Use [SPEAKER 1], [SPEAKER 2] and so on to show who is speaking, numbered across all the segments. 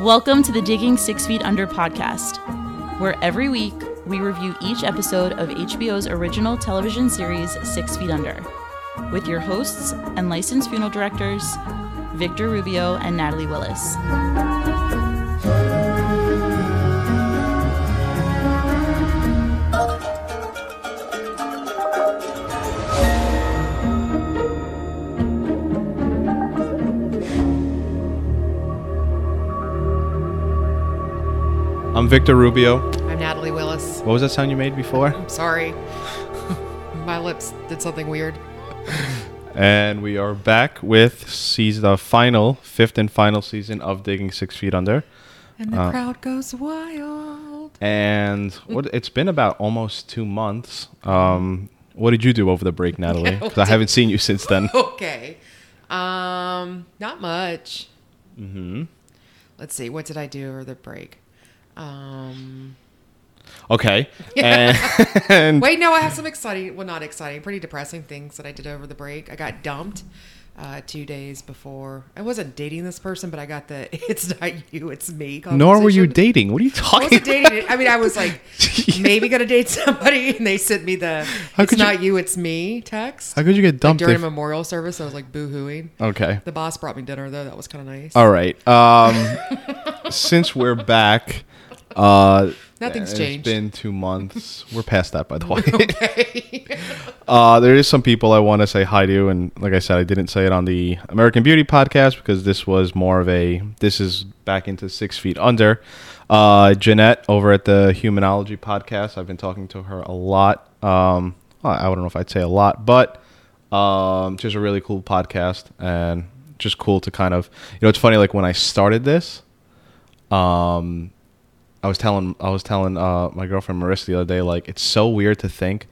[SPEAKER 1] Welcome to the Digging Six Feet Under podcast, where every week we review each episode of HBO's original television series Six Feet Under, with your hosts and licensed funeral directors, Victor Rubio and Natalie Willis.
[SPEAKER 2] I'm Victor Rubio.
[SPEAKER 3] I'm Natalie Willis.
[SPEAKER 2] What was that sound you made before?
[SPEAKER 3] I'm sorry. My lips did something weird.
[SPEAKER 2] And we are back with season, the final, fifth and final season of Digging Six Feet Under.
[SPEAKER 3] And
[SPEAKER 2] Uh.
[SPEAKER 3] the crowd goes wild.
[SPEAKER 2] And what it's been about almost two months. Um, what did you do over the break, Natalie? Because I haven't seen you since then.
[SPEAKER 3] Okay. Um, not much. Mm-hmm. Let's see. What did I do over the break? Um,
[SPEAKER 2] Okay. And, and
[SPEAKER 3] wait, no, I have some exciting, well, not exciting, pretty depressing things that I did over the break. I got dumped uh, two days before. I wasn't dating this person, but I got the "It's not you, it's me."
[SPEAKER 2] nor were you
[SPEAKER 3] conversation.
[SPEAKER 2] dating. What are you
[SPEAKER 3] I
[SPEAKER 2] talking
[SPEAKER 3] wasn't
[SPEAKER 2] about?
[SPEAKER 3] dating. I mean, I was like, maybe gonna date somebody, and they sent me the
[SPEAKER 2] How
[SPEAKER 3] "It's
[SPEAKER 2] could you-
[SPEAKER 3] not you, it's me" text
[SPEAKER 2] How could you get
[SPEAKER 3] like,
[SPEAKER 2] dumped?
[SPEAKER 3] during
[SPEAKER 2] if-
[SPEAKER 3] a memorial service. I was like boo-hooing.
[SPEAKER 2] okay.
[SPEAKER 3] The boss brought me dinner though. That was kind of nice.
[SPEAKER 2] All right. Um, since we're back, uh,
[SPEAKER 3] Nothing's
[SPEAKER 2] it's
[SPEAKER 3] changed.
[SPEAKER 2] been two months. We're past that, by the way. uh, there is some people I want to say hi to, and like I said, I didn't say it on the American Beauty podcast because this was more of a this is back into six feet under. Uh, Jeanette over at the Humanology podcast. I've been talking to her a lot. Um, well, I don't know if I'd say a lot, but um, just a really cool podcast and just cool to kind of you know it's funny like when I started this um I was telling I was telling uh my girlfriend Marissa the other day like it's so weird to think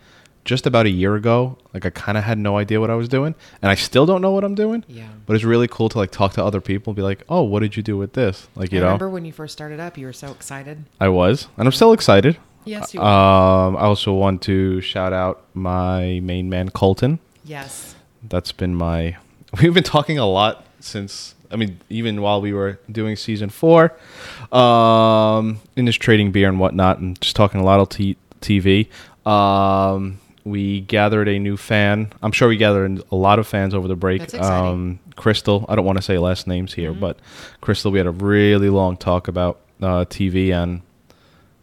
[SPEAKER 2] just about a year ago like I kind of had no idea what I was doing and I still don't know what I'm doing
[SPEAKER 3] Yeah.
[SPEAKER 2] but it's really cool to like talk to other people and be like oh what did you do with this like you
[SPEAKER 3] I
[SPEAKER 2] know
[SPEAKER 3] remember when you first started up, you were so excited.
[SPEAKER 2] I was and I'm still excited
[SPEAKER 3] Yes, you were.
[SPEAKER 2] um I also want to shout out my main man Colton
[SPEAKER 3] yes.
[SPEAKER 2] that's been my we've been talking a lot since i mean even while we were doing season four um and just trading beer and whatnot and just talking a lot of t- tv um we gathered a new fan i'm sure we gathered a lot of fans over the break
[SPEAKER 3] That's exciting. Mm-hmm.
[SPEAKER 2] um crystal i don't want to say last names here but crystal we had a really long talk about uh, tv and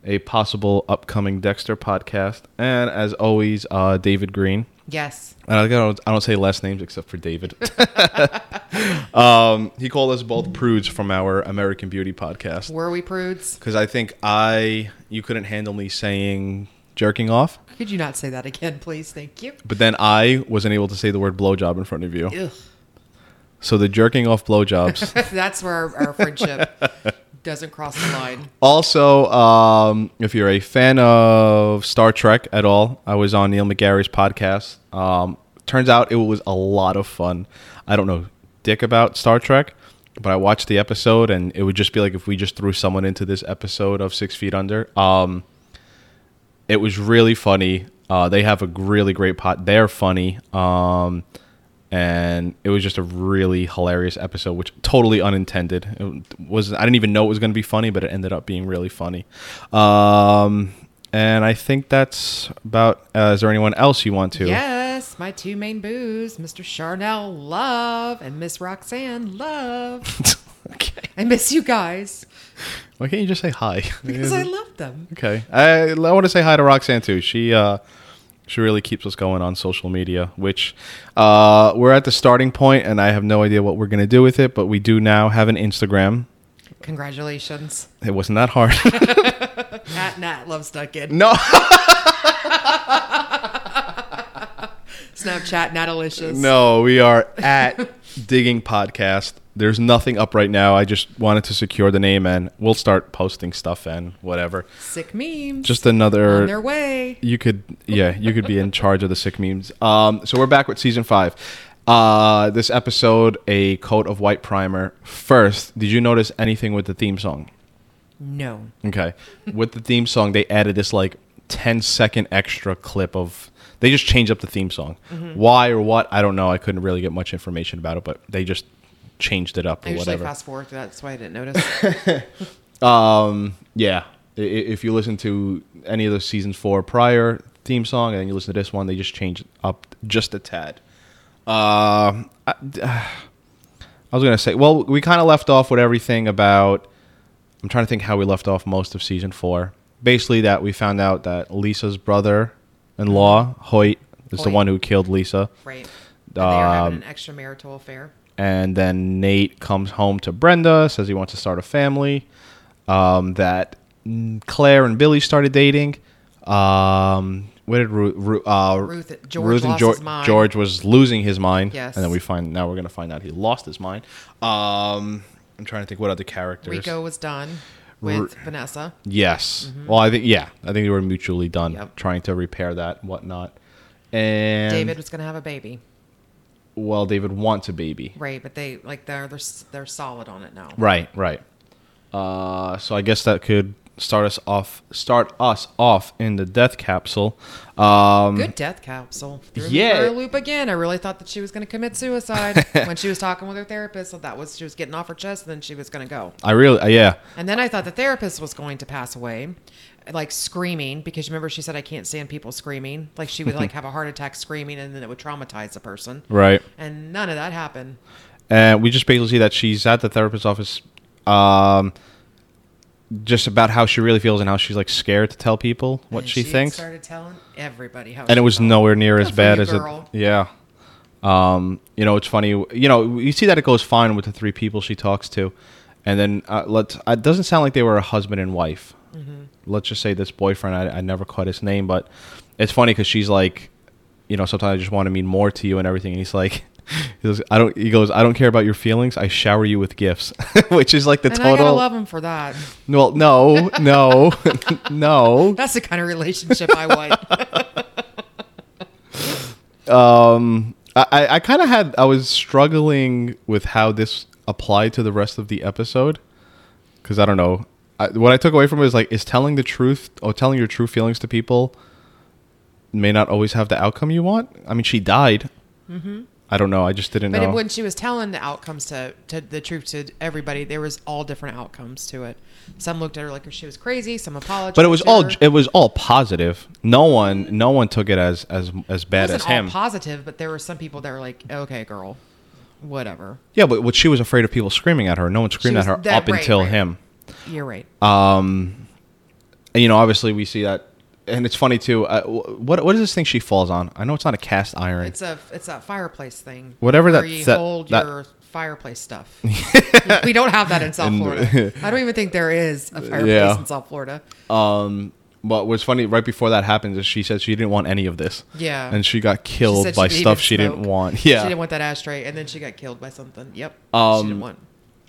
[SPEAKER 2] a possible upcoming dexter podcast and as always uh, david green
[SPEAKER 3] Yes.
[SPEAKER 2] and I don't, I don't say last names except for David. um, he called us both prudes from our American Beauty podcast
[SPEAKER 3] Were we prudes?
[SPEAKER 2] because I think I you couldn't handle me saying jerking off,
[SPEAKER 3] Could you not say that again, please? Thank you.
[SPEAKER 2] but then I wasn't able to say the word blowjob in front of you.
[SPEAKER 3] Ugh.
[SPEAKER 2] So the jerking off blowjobs.
[SPEAKER 3] That's where our, our friendship doesn't cross the line.
[SPEAKER 2] also, um, if you're a fan of Star Trek at all, I was on Neil McGarry's podcast. Um, turns out it was a lot of fun. I don't know dick about Star Trek, but I watched the episode, and it would just be like if we just threw someone into this episode of Six Feet Under. Um, it was really funny. Uh, they have a really great pot. They're funny. Um, and it was just a really hilarious episode, which totally unintended. It was I didn't even know it was going to be funny, but it ended up being really funny. Um, and I think that's about. Uh, is there anyone else you want to?
[SPEAKER 3] Yes, my two main boos, Mr. Charnel Love and Miss Roxanne Love.
[SPEAKER 2] okay.
[SPEAKER 3] I miss you guys
[SPEAKER 2] Why can't you just say hi?
[SPEAKER 3] because I love them.
[SPEAKER 2] Okay. I, I want to say hi to Roxanne too. She uh, she really keeps us going on social media, which uh, we're at the starting point, and I have no idea what we're gonna do with it, but we do now have an Instagram.
[SPEAKER 3] Congratulations.
[SPEAKER 2] It wasn't that hard.
[SPEAKER 3] Nat Nat loves Duncan.
[SPEAKER 2] no,
[SPEAKER 3] Snapchat Natalicious.
[SPEAKER 2] no, we are at Digging Podcast. There's nothing up right now. I just wanted to secure the name, and we'll start posting stuff and whatever.
[SPEAKER 3] Sick memes.
[SPEAKER 2] Just another
[SPEAKER 3] on their way.
[SPEAKER 2] You could, yeah, you could be in charge of the sick memes. Um, so we're back with season five. Uh, this episode, a coat of white primer. First, did you notice anything with the theme song?
[SPEAKER 3] No.
[SPEAKER 2] Okay, with the theme song, they added this like 10 second extra clip of They just changed up the theme song. Why or what? I don't know. I couldn't really get much information about it, but they just changed it up
[SPEAKER 3] I
[SPEAKER 2] or
[SPEAKER 3] usually
[SPEAKER 2] whatever.
[SPEAKER 3] fast forward. That's why I didn't notice.
[SPEAKER 2] Um, yeah. I- i- If you listen to any of the season four prior theme song and then you listen to this one, they just changed it up just a tad. Uh, I, I was gonna say, well, we kind of left off with everything about. I'm trying to think how we left off most of season four. Basically, that we found out that Lisa's brother-in-law Hoyt is the
[SPEAKER 3] Hoyt.
[SPEAKER 2] one who killed Lisa,
[SPEAKER 3] right. And they are
[SPEAKER 2] Um,
[SPEAKER 3] having an extramarital affair.
[SPEAKER 2] and then Nate comes home to Brenda, says he wants to start a family. Um, that Claire and Billy started dating. Um, where did Ru- Ru- uh,
[SPEAKER 3] Ruth- George
[SPEAKER 2] Ruth and
[SPEAKER 3] lost
[SPEAKER 2] Geor-
[SPEAKER 3] his mind.
[SPEAKER 2] George was losing his mind.
[SPEAKER 3] Yes.
[SPEAKER 2] and then we find now we're gonna find out he lost his mind. Um, I'm trying to think what other characters.
[SPEAKER 3] Rico was done with Vanessa.
[SPEAKER 2] Yes. Well, I think yeah, I think they were mutually done
[SPEAKER 3] Yep.
[SPEAKER 2] trying to repair that and whatnot. And
[SPEAKER 3] David was going to have a baby.
[SPEAKER 2] well, David wants a baby.
[SPEAKER 3] Right, but they like they're they're, s- they're solid on it now.
[SPEAKER 2] Right, right. Uh, so I guess that could start us off. Start us off in the death capsule. Um,
[SPEAKER 3] Good death capsule. Threw
[SPEAKER 2] Yeah.
[SPEAKER 3] me for a loop again. I really thought that she was going to commit suicide when she was talking with her therapist. So that was she was getting off her chest, and then she was going to go.
[SPEAKER 2] I really, uh, yeah,
[SPEAKER 3] And then I thought the therapist was going to pass away, like screaming, because remember she said I can't stand people screaming. Like she would like have a heart attack screaming, and then it would traumatize the person.
[SPEAKER 2] right.
[SPEAKER 3] And none of that happened.
[SPEAKER 2] And we just basically see that she's at the therapist's office. Um, just about how she really feels and how she's like scared to tell people what
[SPEAKER 3] And
[SPEAKER 2] she, thinks.
[SPEAKER 3] Started telling everybody how.
[SPEAKER 2] and it
[SPEAKER 3] she
[SPEAKER 2] was
[SPEAKER 3] felt.
[SPEAKER 2] nowhere near as
[SPEAKER 3] Good for
[SPEAKER 2] bad
[SPEAKER 3] you,
[SPEAKER 2] as it.
[SPEAKER 3] girl.
[SPEAKER 2] Yeah. Um, you know, it's funny. You know, you see that it goes fine with the three people she talks to, and then uh, let's. It doesn't sound like they were a husband and wife.
[SPEAKER 3] Mm-hmm.
[SPEAKER 2] Let's just say this boyfriend. I, I never caught his name, but it's funny because she's like, you know, sometimes I just want to mean more to you and everything. And he's like. He goes, I don't. He goes. I don't care about your feelings. I shower you with gifts, which is like the
[SPEAKER 3] And I gotta
[SPEAKER 2] total.
[SPEAKER 3] love him for that.
[SPEAKER 2] well, no, no, no.
[SPEAKER 3] That's the kind of relationship I want.
[SPEAKER 2] I- I, I kind of had I was struggling with how this applied to the rest of the episode because I don't know I, what I took away from it is like is telling the truth or telling your true feelings to people may not always have the outcome you want. I mean, she died. I don't know. I just didn't
[SPEAKER 3] Mm-hmm. But
[SPEAKER 2] know.
[SPEAKER 3] when she was telling the outcomes to, to the truth to everybody, there was all different outcomes to it. Some looked at her like she was crazy. Some apologized.
[SPEAKER 2] but it was
[SPEAKER 3] to
[SPEAKER 2] all
[SPEAKER 3] her.
[SPEAKER 2] it was all positive. No one no one took it as as as bad
[SPEAKER 3] wasn't
[SPEAKER 2] as him.
[SPEAKER 3] all positive, but there were some people that were like, "Okay, girl, whatever."
[SPEAKER 2] yeah, but what she was afraid of people screaming at her. No one screamed at
[SPEAKER 3] was
[SPEAKER 2] her
[SPEAKER 3] that-
[SPEAKER 2] up
[SPEAKER 3] right,
[SPEAKER 2] until
[SPEAKER 3] right.
[SPEAKER 2] him.
[SPEAKER 3] You're right.
[SPEAKER 2] Uh, And, you know, obviously we see that, and it's funny too. Uh, wh- what what is this thing she falls on? I know it's not a cast iron.
[SPEAKER 3] it's a it's that fireplace thing.
[SPEAKER 2] Whatever
[SPEAKER 3] where
[SPEAKER 2] that-
[SPEAKER 3] you
[SPEAKER 2] that-
[SPEAKER 3] hold
[SPEAKER 2] that-
[SPEAKER 3] your fireplace stuff. we don't have that in South Florida. I don't even think there is a fireplace
[SPEAKER 2] Yeah.
[SPEAKER 3] in South Florida.
[SPEAKER 2] but what's funny, right before that happens, is she said she didn't want any of this.
[SPEAKER 3] Yeah.
[SPEAKER 2] and she got
[SPEAKER 3] She
[SPEAKER 2] killed
[SPEAKER 3] said
[SPEAKER 2] by
[SPEAKER 3] didn't
[SPEAKER 2] stuff
[SPEAKER 3] even
[SPEAKER 2] she didn't
[SPEAKER 3] smoke.
[SPEAKER 2] want. Yeah,
[SPEAKER 3] she didn't want that ashtray, and then she got killed by something. Yep, she didn't want.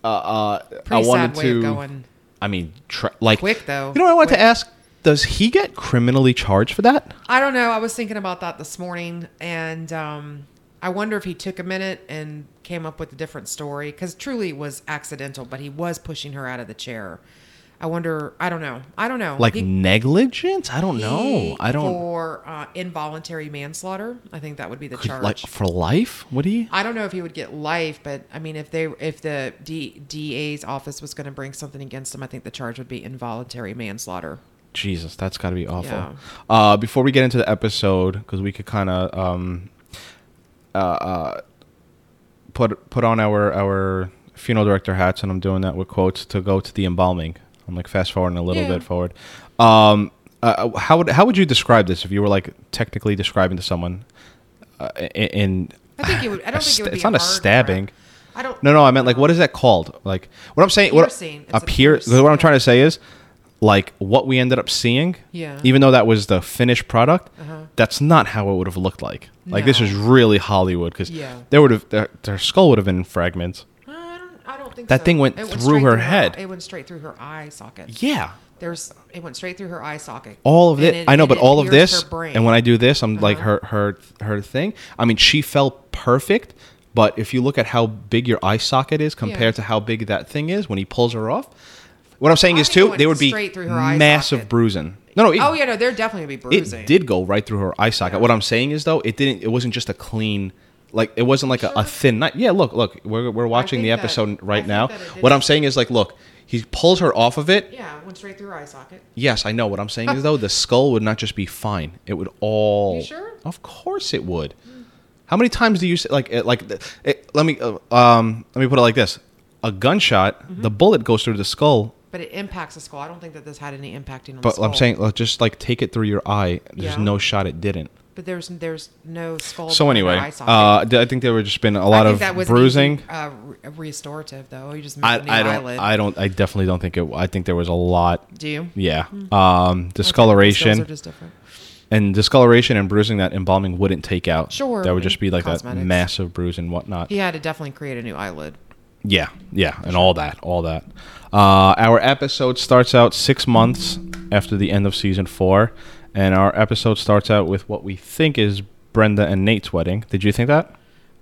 [SPEAKER 2] Uh, uh, I
[SPEAKER 3] Pretty sad
[SPEAKER 2] wanted
[SPEAKER 3] way
[SPEAKER 2] to.
[SPEAKER 3] of going.
[SPEAKER 2] I mean, tr- like
[SPEAKER 3] Quick, though.
[SPEAKER 2] You know what I wanted
[SPEAKER 3] Quick.
[SPEAKER 2] to ask? Does he get criminally charged for that?
[SPEAKER 3] I don't know. I was thinking about that this morning, and um, I wonder if he took a minute and came up with a different story because truly it was accidental, but he was pushing her out of the chair. I wonder. I don't know. I don't know.
[SPEAKER 2] Like
[SPEAKER 3] He-
[SPEAKER 2] negligence? I don't know.
[SPEAKER 3] he-
[SPEAKER 2] I don't
[SPEAKER 3] for uh, involuntary manslaughter. I think that would be the
[SPEAKER 2] could-
[SPEAKER 3] charge.
[SPEAKER 2] like for life. Would he?
[SPEAKER 3] I don't know if he would get life, but I mean, if they if the D, DA's office was going to bring something against him, I think the charge would be involuntary manslaughter.
[SPEAKER 2] Jesus, that's got to be awful.
[SPEAKER 3] Yeah.
[SPEAKER 2] Uh, before we get into the episode, because we could kind of um, uh, uh, put put on our our funeral director hats, and I'm doing that with quotes to go to the embalming. I'm like fast forwarding a little
[SPEAKER 3] Yeah.
[SPEAKER 2] bit forward. Um, uh, how would how would you describe this if you were like technically describing to someone? Uh, i- in
[SPEAKER 3] I think it would. I
[SPEAKER 2] A
[SPEAKER 3] don't think it
[SPEAKER 2] sta-
[SPEAKER 3] would be.
[SPEAKER 2] it's not a
[SPEAKER 3] hard crime.
[SPEAKER 2] stabbing.
[SPEAKER 3] I don't.
[SPEAKER 2] no, no, I meant like what is that called? Like what I'm saying, what
[SPEAKER 3] Piercing. It's
[SPEAKER 2] a
[SPEAKER 3] a
[SPEAKER 2] pier.
[SPEAKER 3] piercing.
[SPEAKER 2] What I'm trying to say is like what we ended up seeing.
[SPEAKER 3] Yeah. Uh-huh.
[SPEAKER 2] Even though that was the finished product, that's not how it would have looked like. Like this
[SPEAKER 3] No.
[SPEAKER 2] is really Hollywood because
[SPEAKER 3] Yeah.
[SPEAKER 2] there would have their, their skull would have been in fragments.
[SPEAKER 3] I don't, I don't think
[SPEAKER 2] That
[SPEAKER 3] so.
[SPEAKER 2] thing went
[SPEAKER 3] It
[SPEAKER 2] through
[SPEAKER 3] straight
[SPEAKER 2] her head.
[SPEAKER 3] It went straight through her eye socket.
[SPEAKER 2] Yeah.
[SPEAKER 3] There's it went straight through her eye socket.
[SPEAKER 2] All of
[SPEAKER 3] And
[SPEAKER 2] it,
[SPEAKER 3] it-
[SPEAKER 2] I know,
[SPEAKER 3] and
[SPEAKER 2] but
[SPEAKER 3] it
[SPEAKER 2] all of
[SPEAKER 3] pierced
[SPEAKER 2] this,
[SPEAKER 3] her brain. Uh-huh.
[SPEAKER 2] and when I do this, I'm like her, her, her thing. I mean, she fell perfect, but if you look at how big your eye socket is compared to how big that thing is when he pulls her off, what I'm saying
[SPEAKER 3] I
[SPEAKER 2] is
[SPEAKER 3] think it
[SPEAKER 2] too,
[SPEAKER 3] went
[SPEAKER 2] they would be
[SPEAKER 3] straight through her eye
[SPEAKER 2] massive
[SPEAKER 3] socket.
[SPEAKER 2] bruising. No, no. It,
[SPEAKER 3] oh yeah, no, there definitely gonna be bruising.
[SPEAKER 2] it did go right through her eye socket. What I'm saying is though, it didn't. It wasn't just a clean. Like it wasn't like a, a thin knife. Yeah, look, look. We're, we're watching the
[SPEAKER 3] think that-
[SPEAKER 2] episode
[SPEAKER 3] I
[SPEAKER 2] right
[SPEAKER 3] think
[SPEAKER 2] now.
[SPEAKER 3] that it did
[SPEAKER 2] What I'm
[SPEAKER 3] just-
[SPEAKER 2] saying is like, look, he pulls her off of it.
[SPEAKER 3] Yeah, went straight through her eye socket.
[SPEAKER 2] Yes, I know. What I'm saying is though, the skull would not just be fine. It would all.
[SPEAKER 3] You sure?
[SPEAKER 2] Of course it would. How many times do you say like it- like the- it, let me uh, um let me put it like this? A gunshot,
[SPEAKER 3] Mm-hmm.
[SPEAKER 2] the bullet goes through the skull,
[SPEAKER 3] But it impacts the skull. I don't think that this had any impacting on the
[SPEAKER 2] but
[SPEAKER 3] skull.
[SPEAKER 2] I'm saying like, just like take it through your eye. There's
[SPEAKER 3] Yeah.
[SPEAKER 2] no shot it didn't.
[SPEAKER 3] But there's there's no skull.
[SPEAKER 2] So
[SPEAKER 3] in her
[SPEAKER 2] anyway,
[SPEAKER 3] eye socket.
[SPEAKER 2] uh, I think there were just been a
[SPEAKER 3] I
[SPEAKER 2] lot
[SPEAKER 3] think
[SPEAKER 2] of
[SPEAKER 3] that was an
[SPEAKER 2] bruising.
[SPEAKER 3] easy, uh, re- restorative though. You just
[SPEAKER 2] I,
[SPEAKER 3] moved the
[SPEAKER 2] I don't.
[SPEAKER 3] eyelid.
[SPEAKER 2] I don't. I definitely don't think it. I think there was a lot.
[SPEAKER 3] Do you?
[SPEAKER 2] Yeah. Um,
[SPEAKER 3] Skills
[SPEAKER 2] discoloration
[SPEAKER 3] are just different.
[SPEAKER 2] and discoloration and bruising that embalming wouldn't take out.
[SPEAKER 3] Sure,
[SPEAKER 2] That would just be like that
[SPEAKER 3] cosmetics.
[SPEAKER 2] massive bruise and whatnot.
[SPEAKER 3] He had to definitely create a new eyelid.
[SPEAKER 2] Yeah, yeah, and all that, all that. Uh, our episode starts out six months after the end of season four, and our episode starts out with what we think is Brenda and Nate's wedding. Did you think that?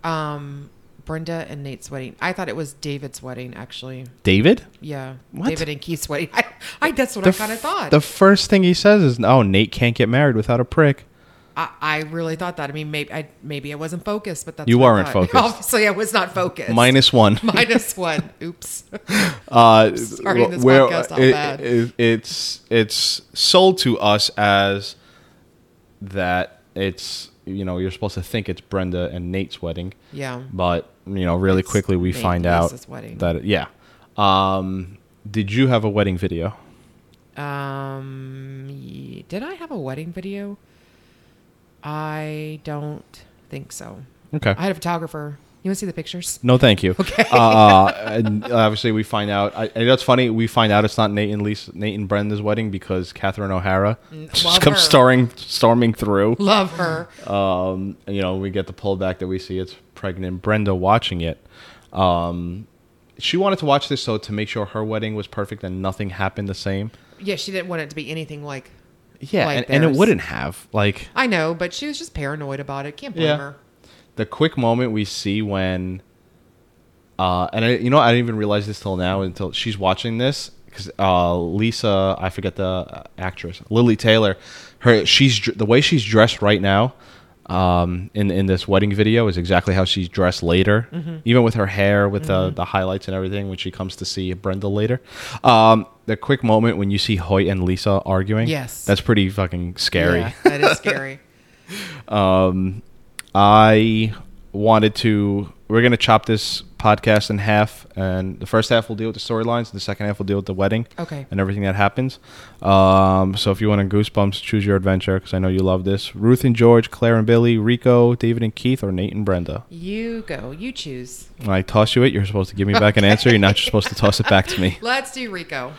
[SPEAKER 3] Um, Brenda and Nate's wedding. I thought it was David's wedding actually.
[SPEAKER 2] David?
[SPEAKER 3] Yeah,
[SPEAKER 2] What?
[SPEAKER 3] David and Keith's wedding. I, I that's what I kind of
[SPEAKER 2] f-
[SPEAKER 3] thought.
[SPEAKER 2] The first thing he says is, "Oh, Nate can't get married without a prick."
[SPEAKER 3] I, I really thought that. I mean, maybe I maybe I wasn't focused, but that's
[SPEAKER 2] You
[SPEAKER 3] what I
[SPEAKER 2] weren't
[SPEAKER 3] thought.
[SPEAKER 2] focused.
[SPEAKER 3] Obviously, I was not focused.
[SPEAKER 2] Minus one.
[SPEAKER 3] minus one. Oops.
[SPEAKER 2] Uh,
[SPEAKER 3] Starting this
[SPEAKER 2] where-
[SPEAKER 3] podcast off
[SPEAKER 2] it-
[SPEAKER 3] bad.
[SPEAKER 2] it- it's it's sold to us as that it's you know you're supposed to think it's Brenda and Nate's wedding.
[SPEAKER 3] Yeah.
[SPEAKER 2] But you know, really
[SPEAKER 3] It's
[SPEAKER 2] quickly we
[SPEAKER 3] Nate
[SPEAKER 2] find
[SPEAKER 3] and
[SPEAKER 2] out
[SPEAKER 3] Lisa's wedding.
[SPEAKER 2] that it- yeah. Um, did you have a wedding video?
[SPEAKER 3] Um, ye- did I have a wedding video? I don't think so.
[SPEAKER 2] Okay.
[SPEAKER 3] I had a photographer. You want to see the pictures?
[SPEAKER 2] no, thank you. Okay. Uh, and obviously, we find out. I, and that's funny. We find out it's not Nate and Lisa, Nate and Brenda's wedding because Catherine O'Hara just
[SPEAKER 3] love
[SPEAKER 2] comes
[SPEAKER 3] her.
[SPEAKER 2] starring, storming through.
[SPEAKER 3] Love her.
[SPEAKER 2] Um, you know, we get the pullback that we see it's pregnant Brenda watching it. Um, she wanted to watch this so to make sure her wedding was perfect and nothing happened the same.
[SPEAKER 3] Yeah, she didn't want it to be anything like.
[SPEAKER 2] Yeah,
[SPEAKER 3] like
[SPEAKER 2] and, and it
[SPEAKER 3] theirs.
[SPEAKER 2] wouldn't have like
[SPEAKER 3] I know, but she was just paranoid about it. Can't blame
[SPEAKER 2] Yeah.
[SPEAKER 3] her.
[SPEAKER 2] the quick moment we see when uh and I, you know i didn't even realize this till now until she's watching this because uh lisa i forget the uh, actress lily taylor her she's dr- the way she's dressed right now um in in this wedding video is exactly how she's dressed later
[SPEAKER 3] Mm-hmm.
[SPEAKER 2] even with her hair with the the highlights and everything when she comes to see brenda later um the quick moment when you see hoyt and lisa arguing
[SPEAKER 3] Yes.
[SPEAKER 2] that's pretty fucking scary
[SPEAKER 3] Yeah, that is scary.
[SPEAKER 2] I wanted to. We're gonna chop this podcast in half, and the first half will deal with the storylines, and the second half will deal with the wedding,
[SPEAKER 3] Okay.
[SPEAKER 2] and everything that happens. Um, so if you want to goosebumps, choose your adventure because I know you love this. Ruth and George, Claire and Billy, Rico, David and Keith, or Nate and Brenda.
[SPEAKER 3] You go. You choose.
[SPEAKER 2] I toss you it. You're supposed to give me back an answer. You're not just supposed to toss it back to me.
[SPEAKER 3] Let's do Rico.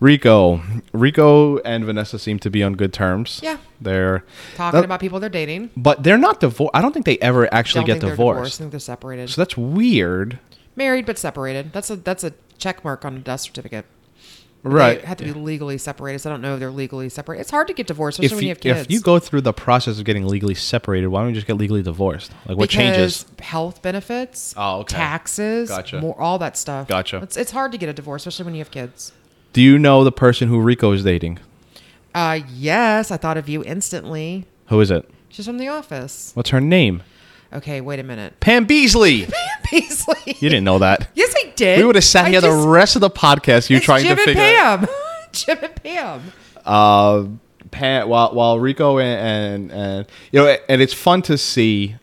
[SPEAKER 2] Rico, Rico and Vanessa seem to be on good terms.
[SPEAKER 3] Yeah.
[SPEAKER 2] they're
[SPEAKER 3] Talking
[SPEAKER 2] that-
[SPEAKER 3] about people they're dating.
[SPEAKER 2] but they're not divorced. I don't think they ever actually
[SPEAKER 3] Don't
[SPEAKER 2] get
[SPEAKER 3] think they're divorced.
[SPEAKER 2] divorced.
[SPEAKER 3] I think they're separated.
[SPEAKER 2] So that's weird.
[SPEAKER 3] Married but separated. That's a that's a check mark on a death certificate.
[SPEAKER 2] Right.
[SPEAKER 3] They have to be legally separated. So I don't know if they're legally separated. It's hard to get divorced, especially when you have kids.
[SPEAKER 2] if you go through the process of getting legally separated, why don't you just get legally divorced? Like what changes?
[SPEAKER 3] Because Health benefits.
[SPEAKER 2] Oh, okay.
[SPEAKER 3] Taxes.
[SPEAKER 2] Gotcha.
[SPEAKER 3] More, all that stuff.
[SPEAKER 2] Gotcha.
[SPEAKER 3] It's, it's hard to get a divorce, especially when you have kids.
[SPEAKER 2] Do you know the person who Rico is dating?
[SPEAKER 3] Uh, yes, I thought of you instantly.
[SPEAKER 2] Who is it?
[SPEAKER 3] She's from The Office.
[SPEAKER 2] What's her name?
[SPEAKER 3] Okay, wait a minute.
[SPEAKER 2] Pam Beasley.
[SPEAKER 3] Beasley.
[SPEAKER 2] you didn't know that.
[SPEAKER 3] Yes, I did.
[SPEAKER 2] We would have sat
[SPEAKER 3] I
[SPEAKER 2] here the
[SPEAKER 3] just-
[SPEAKER 2] rest of the podcast. You
[SPEAKER 3] It's
[SPEAKER 2] trying
[SPEAKER 3] Jim
[SPEAKER 2] to figure out.
[SPEAKER 3] and Pam. Jim and Pam.
[SPEAKER 2] uh, Pan, while while Rico and, and and you know, and it's fun to see.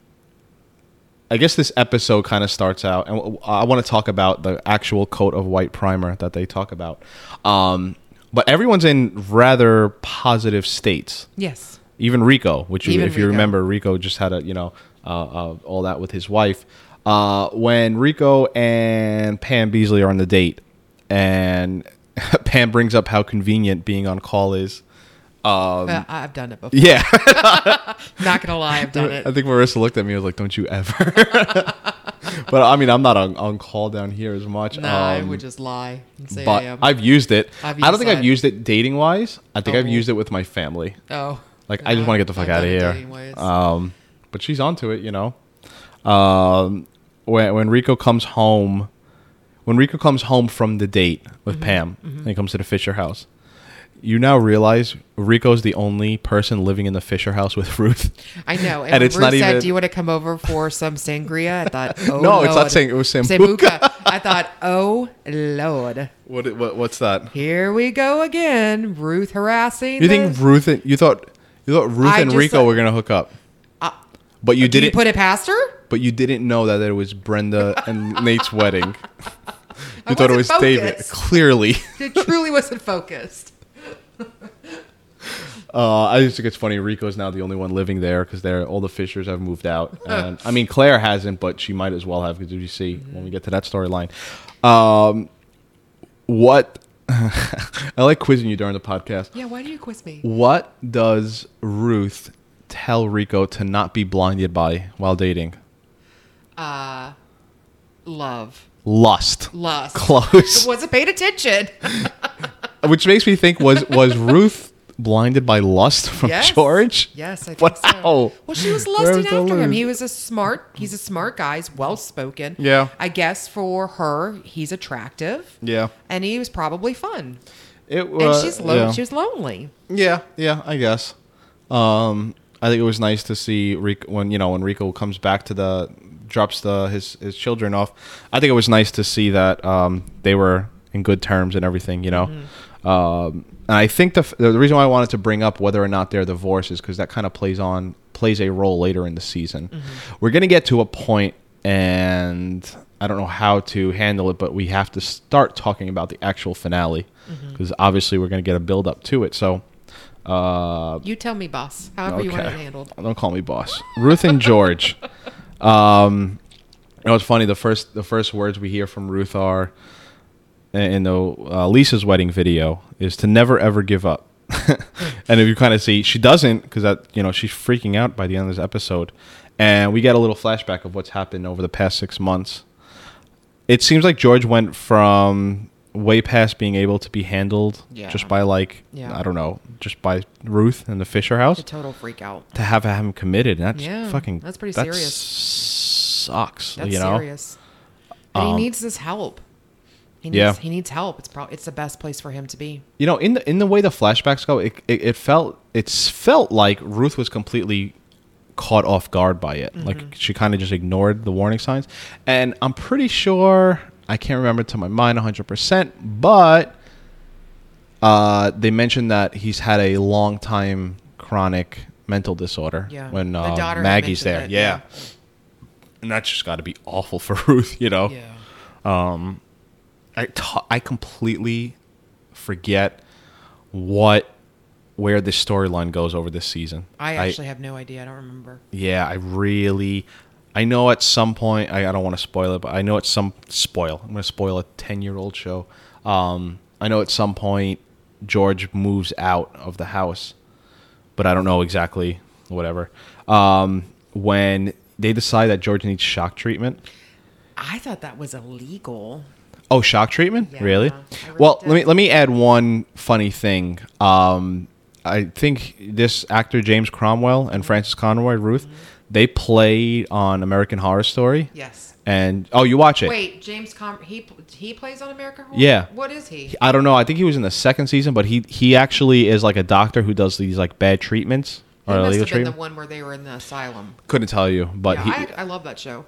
[SPEAKER 2] I guess this episode kind of starts out, and w- I want to talk about the actual coat of white primer that they talk about. Um, but everyone's in rather positive states.
[SPEAKER 3] Yes.
[SPEAKER 2] Even Rico, which you,
[SPEAKER 3] Even
[SPEAKER 2] if you
[SPEAKER 3] Rico.
[SPEAKER 2] remember, Rico just had a you know uh, uh, all that with his wife. Uh, when Rico and Pam Beasley are on the date, and Pam brings up how convenient being on call is.
[SPEAKER 3] Uh, I've done it before.
[SPEAKER 2] Um, Yeah,
[SPEAKER 3] Not gonna lie, I've done
[SPEAKER 2] I
[SPEAKER 3] it.
[SPEAKER 2] think Marissa looked at me and was like, "Don't you ever." but I mean, I'm not on, on call down here as much.
[SPEAKER 3] Nah, I
[SPEAKER 2] um,
[SPEAKER 3] would just lie and say I
[SPEAKER 2] but
[SPEAKER 3] am.
[SPEAKER 2] I've used it.
[SPEAKER 3] I've
[SPEAKER 2] I don't
[SPEAKER 3] used
[SPEAKER 2] think I've
[SPEAKER 3] that.
[SPEAKER 2] used it dating wise. I think I've
[SPEAKER 3] Oh.
[SPEAKER 2] used it with my family.
[SPEAKER 3] oh,
[SPEAKER 2] Like I just
[SPEAKER 3] Nah,
[SPEAKER 2] want to get the fuck out
[SPEAKER 3] I've
[SPEAKER 2] of
[SPEAKER 3] done it
[SPEAKER 2] here.
[SPEAKER 3] anyways.
[SPEAKER 2] Um, but she's onto it, you know. Um, when when Rico comes
[SPEAKER 3] Mm-hmm,
[SPEAKER 2] home, when Rico comes home from the date with Pam, and he comes to the Fisher house, you now realize Rico's the only person living in the Fisher house with Ruth.
[SPEAKER 3] I know.
[SPEAKER 2] And it's
[SPEAKER 3] when Bruce
[SPEAKER 2] not
[SPEAKER 3] said,
[SPEAKER 2] even-
[SPEAKER 3] "Do you want to come over for some sangria?" I thought, "Oh
[SPEAKER 2] No, it's not
[SPEAKER 3] Lord.
[SPEAKER 2] sang- it was sambuca.
[SPEAKER 3] I thought, "Oh Lord,
[SPEAKER 2] What, what what's that?
[SPEAKER 3] here we go again." Ruth harassing.
[SPEAKER 2] You think
[SPEAKER 3] the-
[SPEAKER 2] Ruth and you thought you thought Ruth
[SPEAKER 3] I
[SPEAKER 2] and
[SPEAKER 3] just
[SPEAKER 2] Rico
[SPEAKER 3] thought-
[SPEAKER 2] were gonna hook up,
[SPEAKER 3] Uh,
[SPEAKER 2] but you
[SPEAKER 3] do you
[SPEAKER 2] didn't.
[SPEAKER 3] put it past her?
[SPEAKER 2] but you didn't know that it was Brenda and Nate's wedding. You
[SPEAKER 3] I
[SPEAKER 2] thought it was
[SPEAKER 3] wasn't
[SPEAKER 2] David.
[SPEAKER 3] focused.
[SPEAKER 2] Clearly,
[SPEAKER 3] It truly wasn't focused.
[SPEAKER 2] uh, I just think it's funny. Rico's now the only one living there because they're all the Fishers have moved out. And I mean, Claire hasn't, but she might as well have because you see when we get to that storyline. Um, what I like quizzing you during the podcast.
[SPEAKER 3] Yeah, why do you quiz me?
[SPEAKER 2] What does Ruth tell Rico to not be blinded by while dating?
[SPEAKER 3] Uh, love,
[SPEAKER 2] Lust.
[SPEAKER 3] lust,
[SPEAKER 2] Close.
[SPEAKER 3] Wasn't paid attention.
[SPEAKER 2] Which makes me think was was Ruth blinded by lust from
[SPEAKER 3] Yes.
[SPEAKER 2] George?
[SPEAKER 3] Yes, I think
[SPEAKER 2] wow.
[SPEAKER 3] so. Well, she was
[SPEAKER 2] Where
[SPEAKER 3] lusting
[SPEAKER 2] was the
[SPEAKER 3] after him.
[SPEAKER 2] lust?
[SPEAKER 3] He was a smart. He's a smart guy. He's well spoken.
[SPEAKER 2] Yeah.
[SPEAKER 3] I guess for her, he's attractive.
[SPEAKER 2] Yeah.
[SPEAKER 3] And he was probably fun.
[SPEAKER 2] It
[SPEAKER 3] And
[SPEAKER 2] was.
[SPEAKER 3] she's lonely.
[SPEAKER 2] yeah.
[SPEAKER 3] She was lonely.
[SPEAKER 2] yeah, yeah, I guess. Um, I think it was nice to see Rico when you know when Rico comes back to the drops the his his children off. I think it was nice to see that um, they were in good terms and everything. You know. Um, and I think the, f- the reason why I wanted to bring up whether or not they're divorced is because that kind of plays on plays a role later in the season. We're gonna get to a point, and I don't know how to handle it, but we have to start talking about the actual finale because obviously we're gonna get a build up to it. So uh,
[SPEAKER 3] You tell me, boss. However you want it handled.
[SPEAKER 2] don't call me boss. Ruth and George. um, it was funny. The first the first words we hear from Ruth are in the uh, Lisa's wedding video is to never ever give up. and if you kind of see, she doesn't because that you know she's freaking out by the end of this episode, and we get a little flashback of what's happened over the past six months. It seems like George went from way past being able to be handled
[SPEAKER 3] Yeah.
[SPEAKER 2] just by like
[SPEAKER 3] Yeah.
[SPEAKER 2] I don't know, just by Ruth and the Fisher house
[SPEAKER 3] A total freak out.
[SPEAKER 2] to have him committed. That's
[SPEAKER 3] Yeah,
[SPEAKER 2] fucking.
[SPEAKER 3] that's pretty
[SPEAKER 2] that
[SPEAKER 3] serious.
[SPEAKER 2] Sucks.
[SPEAKER 3] That's
[SPEAKER 2] you know. Um,
[SPEAKER 3] serious. And he needs this help. He needs,
[SPEAKER 2] yeah.
[SPEAKER 3] He needs help. It's probably it's the best place for him to be.
[SPEAKER 2] You know, in the in the way the flashbacks go, it, it, it felt it's felt like Ruth was completely caught off guard by it.
[SPEAKER 3] Mm-hmm.
[SPEAKER 2] Like she kind of just ignored the warning signs, and I'm pretty sure I can't remember to my mind 100, percent but uh, they mentioned that he's had a long time chronic mental disorder
[SPEAKER 3] Yeah.
[SPEAKER 2] when
[SPEAKER 3] The
[SPEAKER 2] uh,
[SPEAKER 3] daughter had
[SPEAKER 2] Maggie's
[SPEAKER 3] mentioned
[SPEAKER 2] there.
[SPEAKER 3] it,
[SPEAKER 2] yeah. And that's just got to be awful for Ruth, you know.
[SPEAKER 3] Yeah.
[SPEAKER 2] I t- I completely forget what where this storyline goes over this season.
[SPEAKER 3] I actually have no idea. I don't remember.
[SPEAKER 2] yeah, I really I know at some point I, I don't want to spoil it, but I know at some spoil. I'm going to spoil a 10-year-old show. Um I know at some point George moves out of the house, but I don't know exactly whatever. Um when they decide that George needs shock treatment.
[SPEAKER 3] I thought that was illegal.
[SPEAKER 2] Oh, shock treatment?
[SPEAKER 3] Yeah,
[SPEAKER 2] really?
[SPEAKER 3] I really
[SPEAKER 2] well,
[SPEAKER 3] did.
[SPEAKER 2] let me let me add one funny thing. Um, I think this actor James Cromwell
[SPEAKER 3] Mm-hmm.
[SPEAKER 2] and Francis Conroy Ruth, they played on American Horror Story.
[SPEAKER 3] Yes.
[SPEAKER 2] And oh, you watch it?
[SPEAKER 3] Wait, James Com he he plays on American Horror?
[SPEAKER 2] Yeah.
[SPEAKER 3] What is he?
[SPEAKER 2] I don't know. I think he was in the second season, but he he actually is like a doctor who does these like bad treatments
[SPEAKER 3] He
[SPEAKER 2] or
[SPEAKER 3] must
[SPEAKER 2] illegal
[SPEAKER 3] have been the
[SPEAKER 2] treatment.
[SPEAKER 3] one where they were in the asylum.
[SPEAKER 2] Couldn't tell you, but
[SPEAKER 3] Yeah,
[SPEAKER 2] he.
[SPEAKER 3] I, I love that show.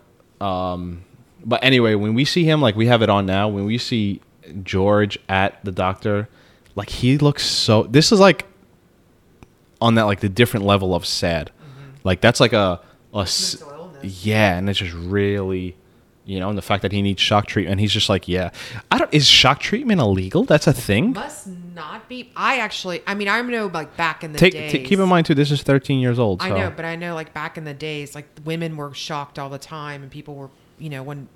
[SPEAKER 2] But anyway, when we see him, like we have it on now, when we see George at the doctor, like he looks so. This is like on that like the different level of sad.
[SPEAKER 3] Mm-hmm.
[SPEAKER 2] Like that's like a a s-
[SPEAKER 3] Mental illness.
[SPEAKER 2] yeah, and it's just really. You know, and the fact that he needs shock treatment, he's just like, yeah, I don't. Is shock treatment illegal? That's a thing.
[SPEAKER 3] Must not be. I actually, I mean, I know like back in the
[SPEAKER 2] Take,
[SPEAKER 3] days.
[SPEAKER 2] t- keep in mind too, this is 13 years old. So.
[SPEAKER 3] I know, but I know like back in the days, like women were shocked all the time, and people were, you know, when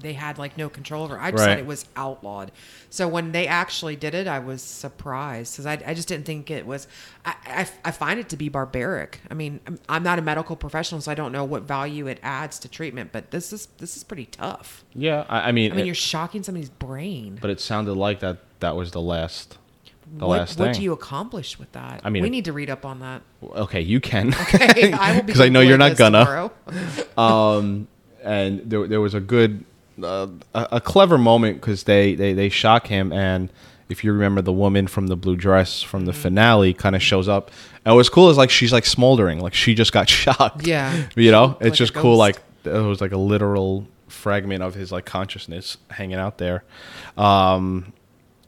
[SPEAKER 3] they had like no control over. it. I just
[SPEAKER 2] Right.
[SPEAKER 3] thought it was outlawed. So when they actually did it, I was surprised because I, I just didn't think it was. I, I, I find it to be barbaric. I mean, I'm, I'm not a medical professional, so I don't know what value it adds to treatment, but this is this is pretty tough.
[SPEAKER 2] yeah, I, I mean,
[SPEAKER 3] I mean,
[SPEAKER 2] it-
[SPEAKER 3] you're shocking somebody's brain.
[SPEAKER 2] but it sounded like that. That was the last. The
[SPEAKER 3] what,
[SPEAKER 2] last
[SPEAKER 3] what
[SPEAKER 2] thing.
[SPEAKER 3] do you accomplish with that?
[SPEAKER 2] I mean,
[SPEAKER 3] we
[SPEAKER 2] it-
[SPEAKER 3] need to read up on that.
[SPEAKER 2] Okay, you can.
[SPEAKER 3] Hey, I will be
[SPEAKER 2] 'Cause I know you're
[SPEAKER 3] Googling
[SPEAKER 2] not
[SPEAKER 3] this
[SPEAKER 2] gonna.
[SPEAKER 3] tomorrow.
[SPEAKER 2] um, and there, there was a good, uh, a, a clever moment because they, they they shock him, and if you remember the woman from the blue dress from the
[SPEAKER 3] Mm-hmm.
[SPEAKER 2] finale kind of shows up and what's cool is like she's like smoldering like she just got shocked
[SPEAKER 3] Yeah.
[SPEAKER 2] you know
[SPEAKER 3] Like
[SPEAKER 2] it's
[SPEAKER 3] a
[SPEAKER 2] just cool
[SPEAKER 3] ghost.
[SPEAKER 2] like it was like a literal fragment of his like consciousness hanging out there um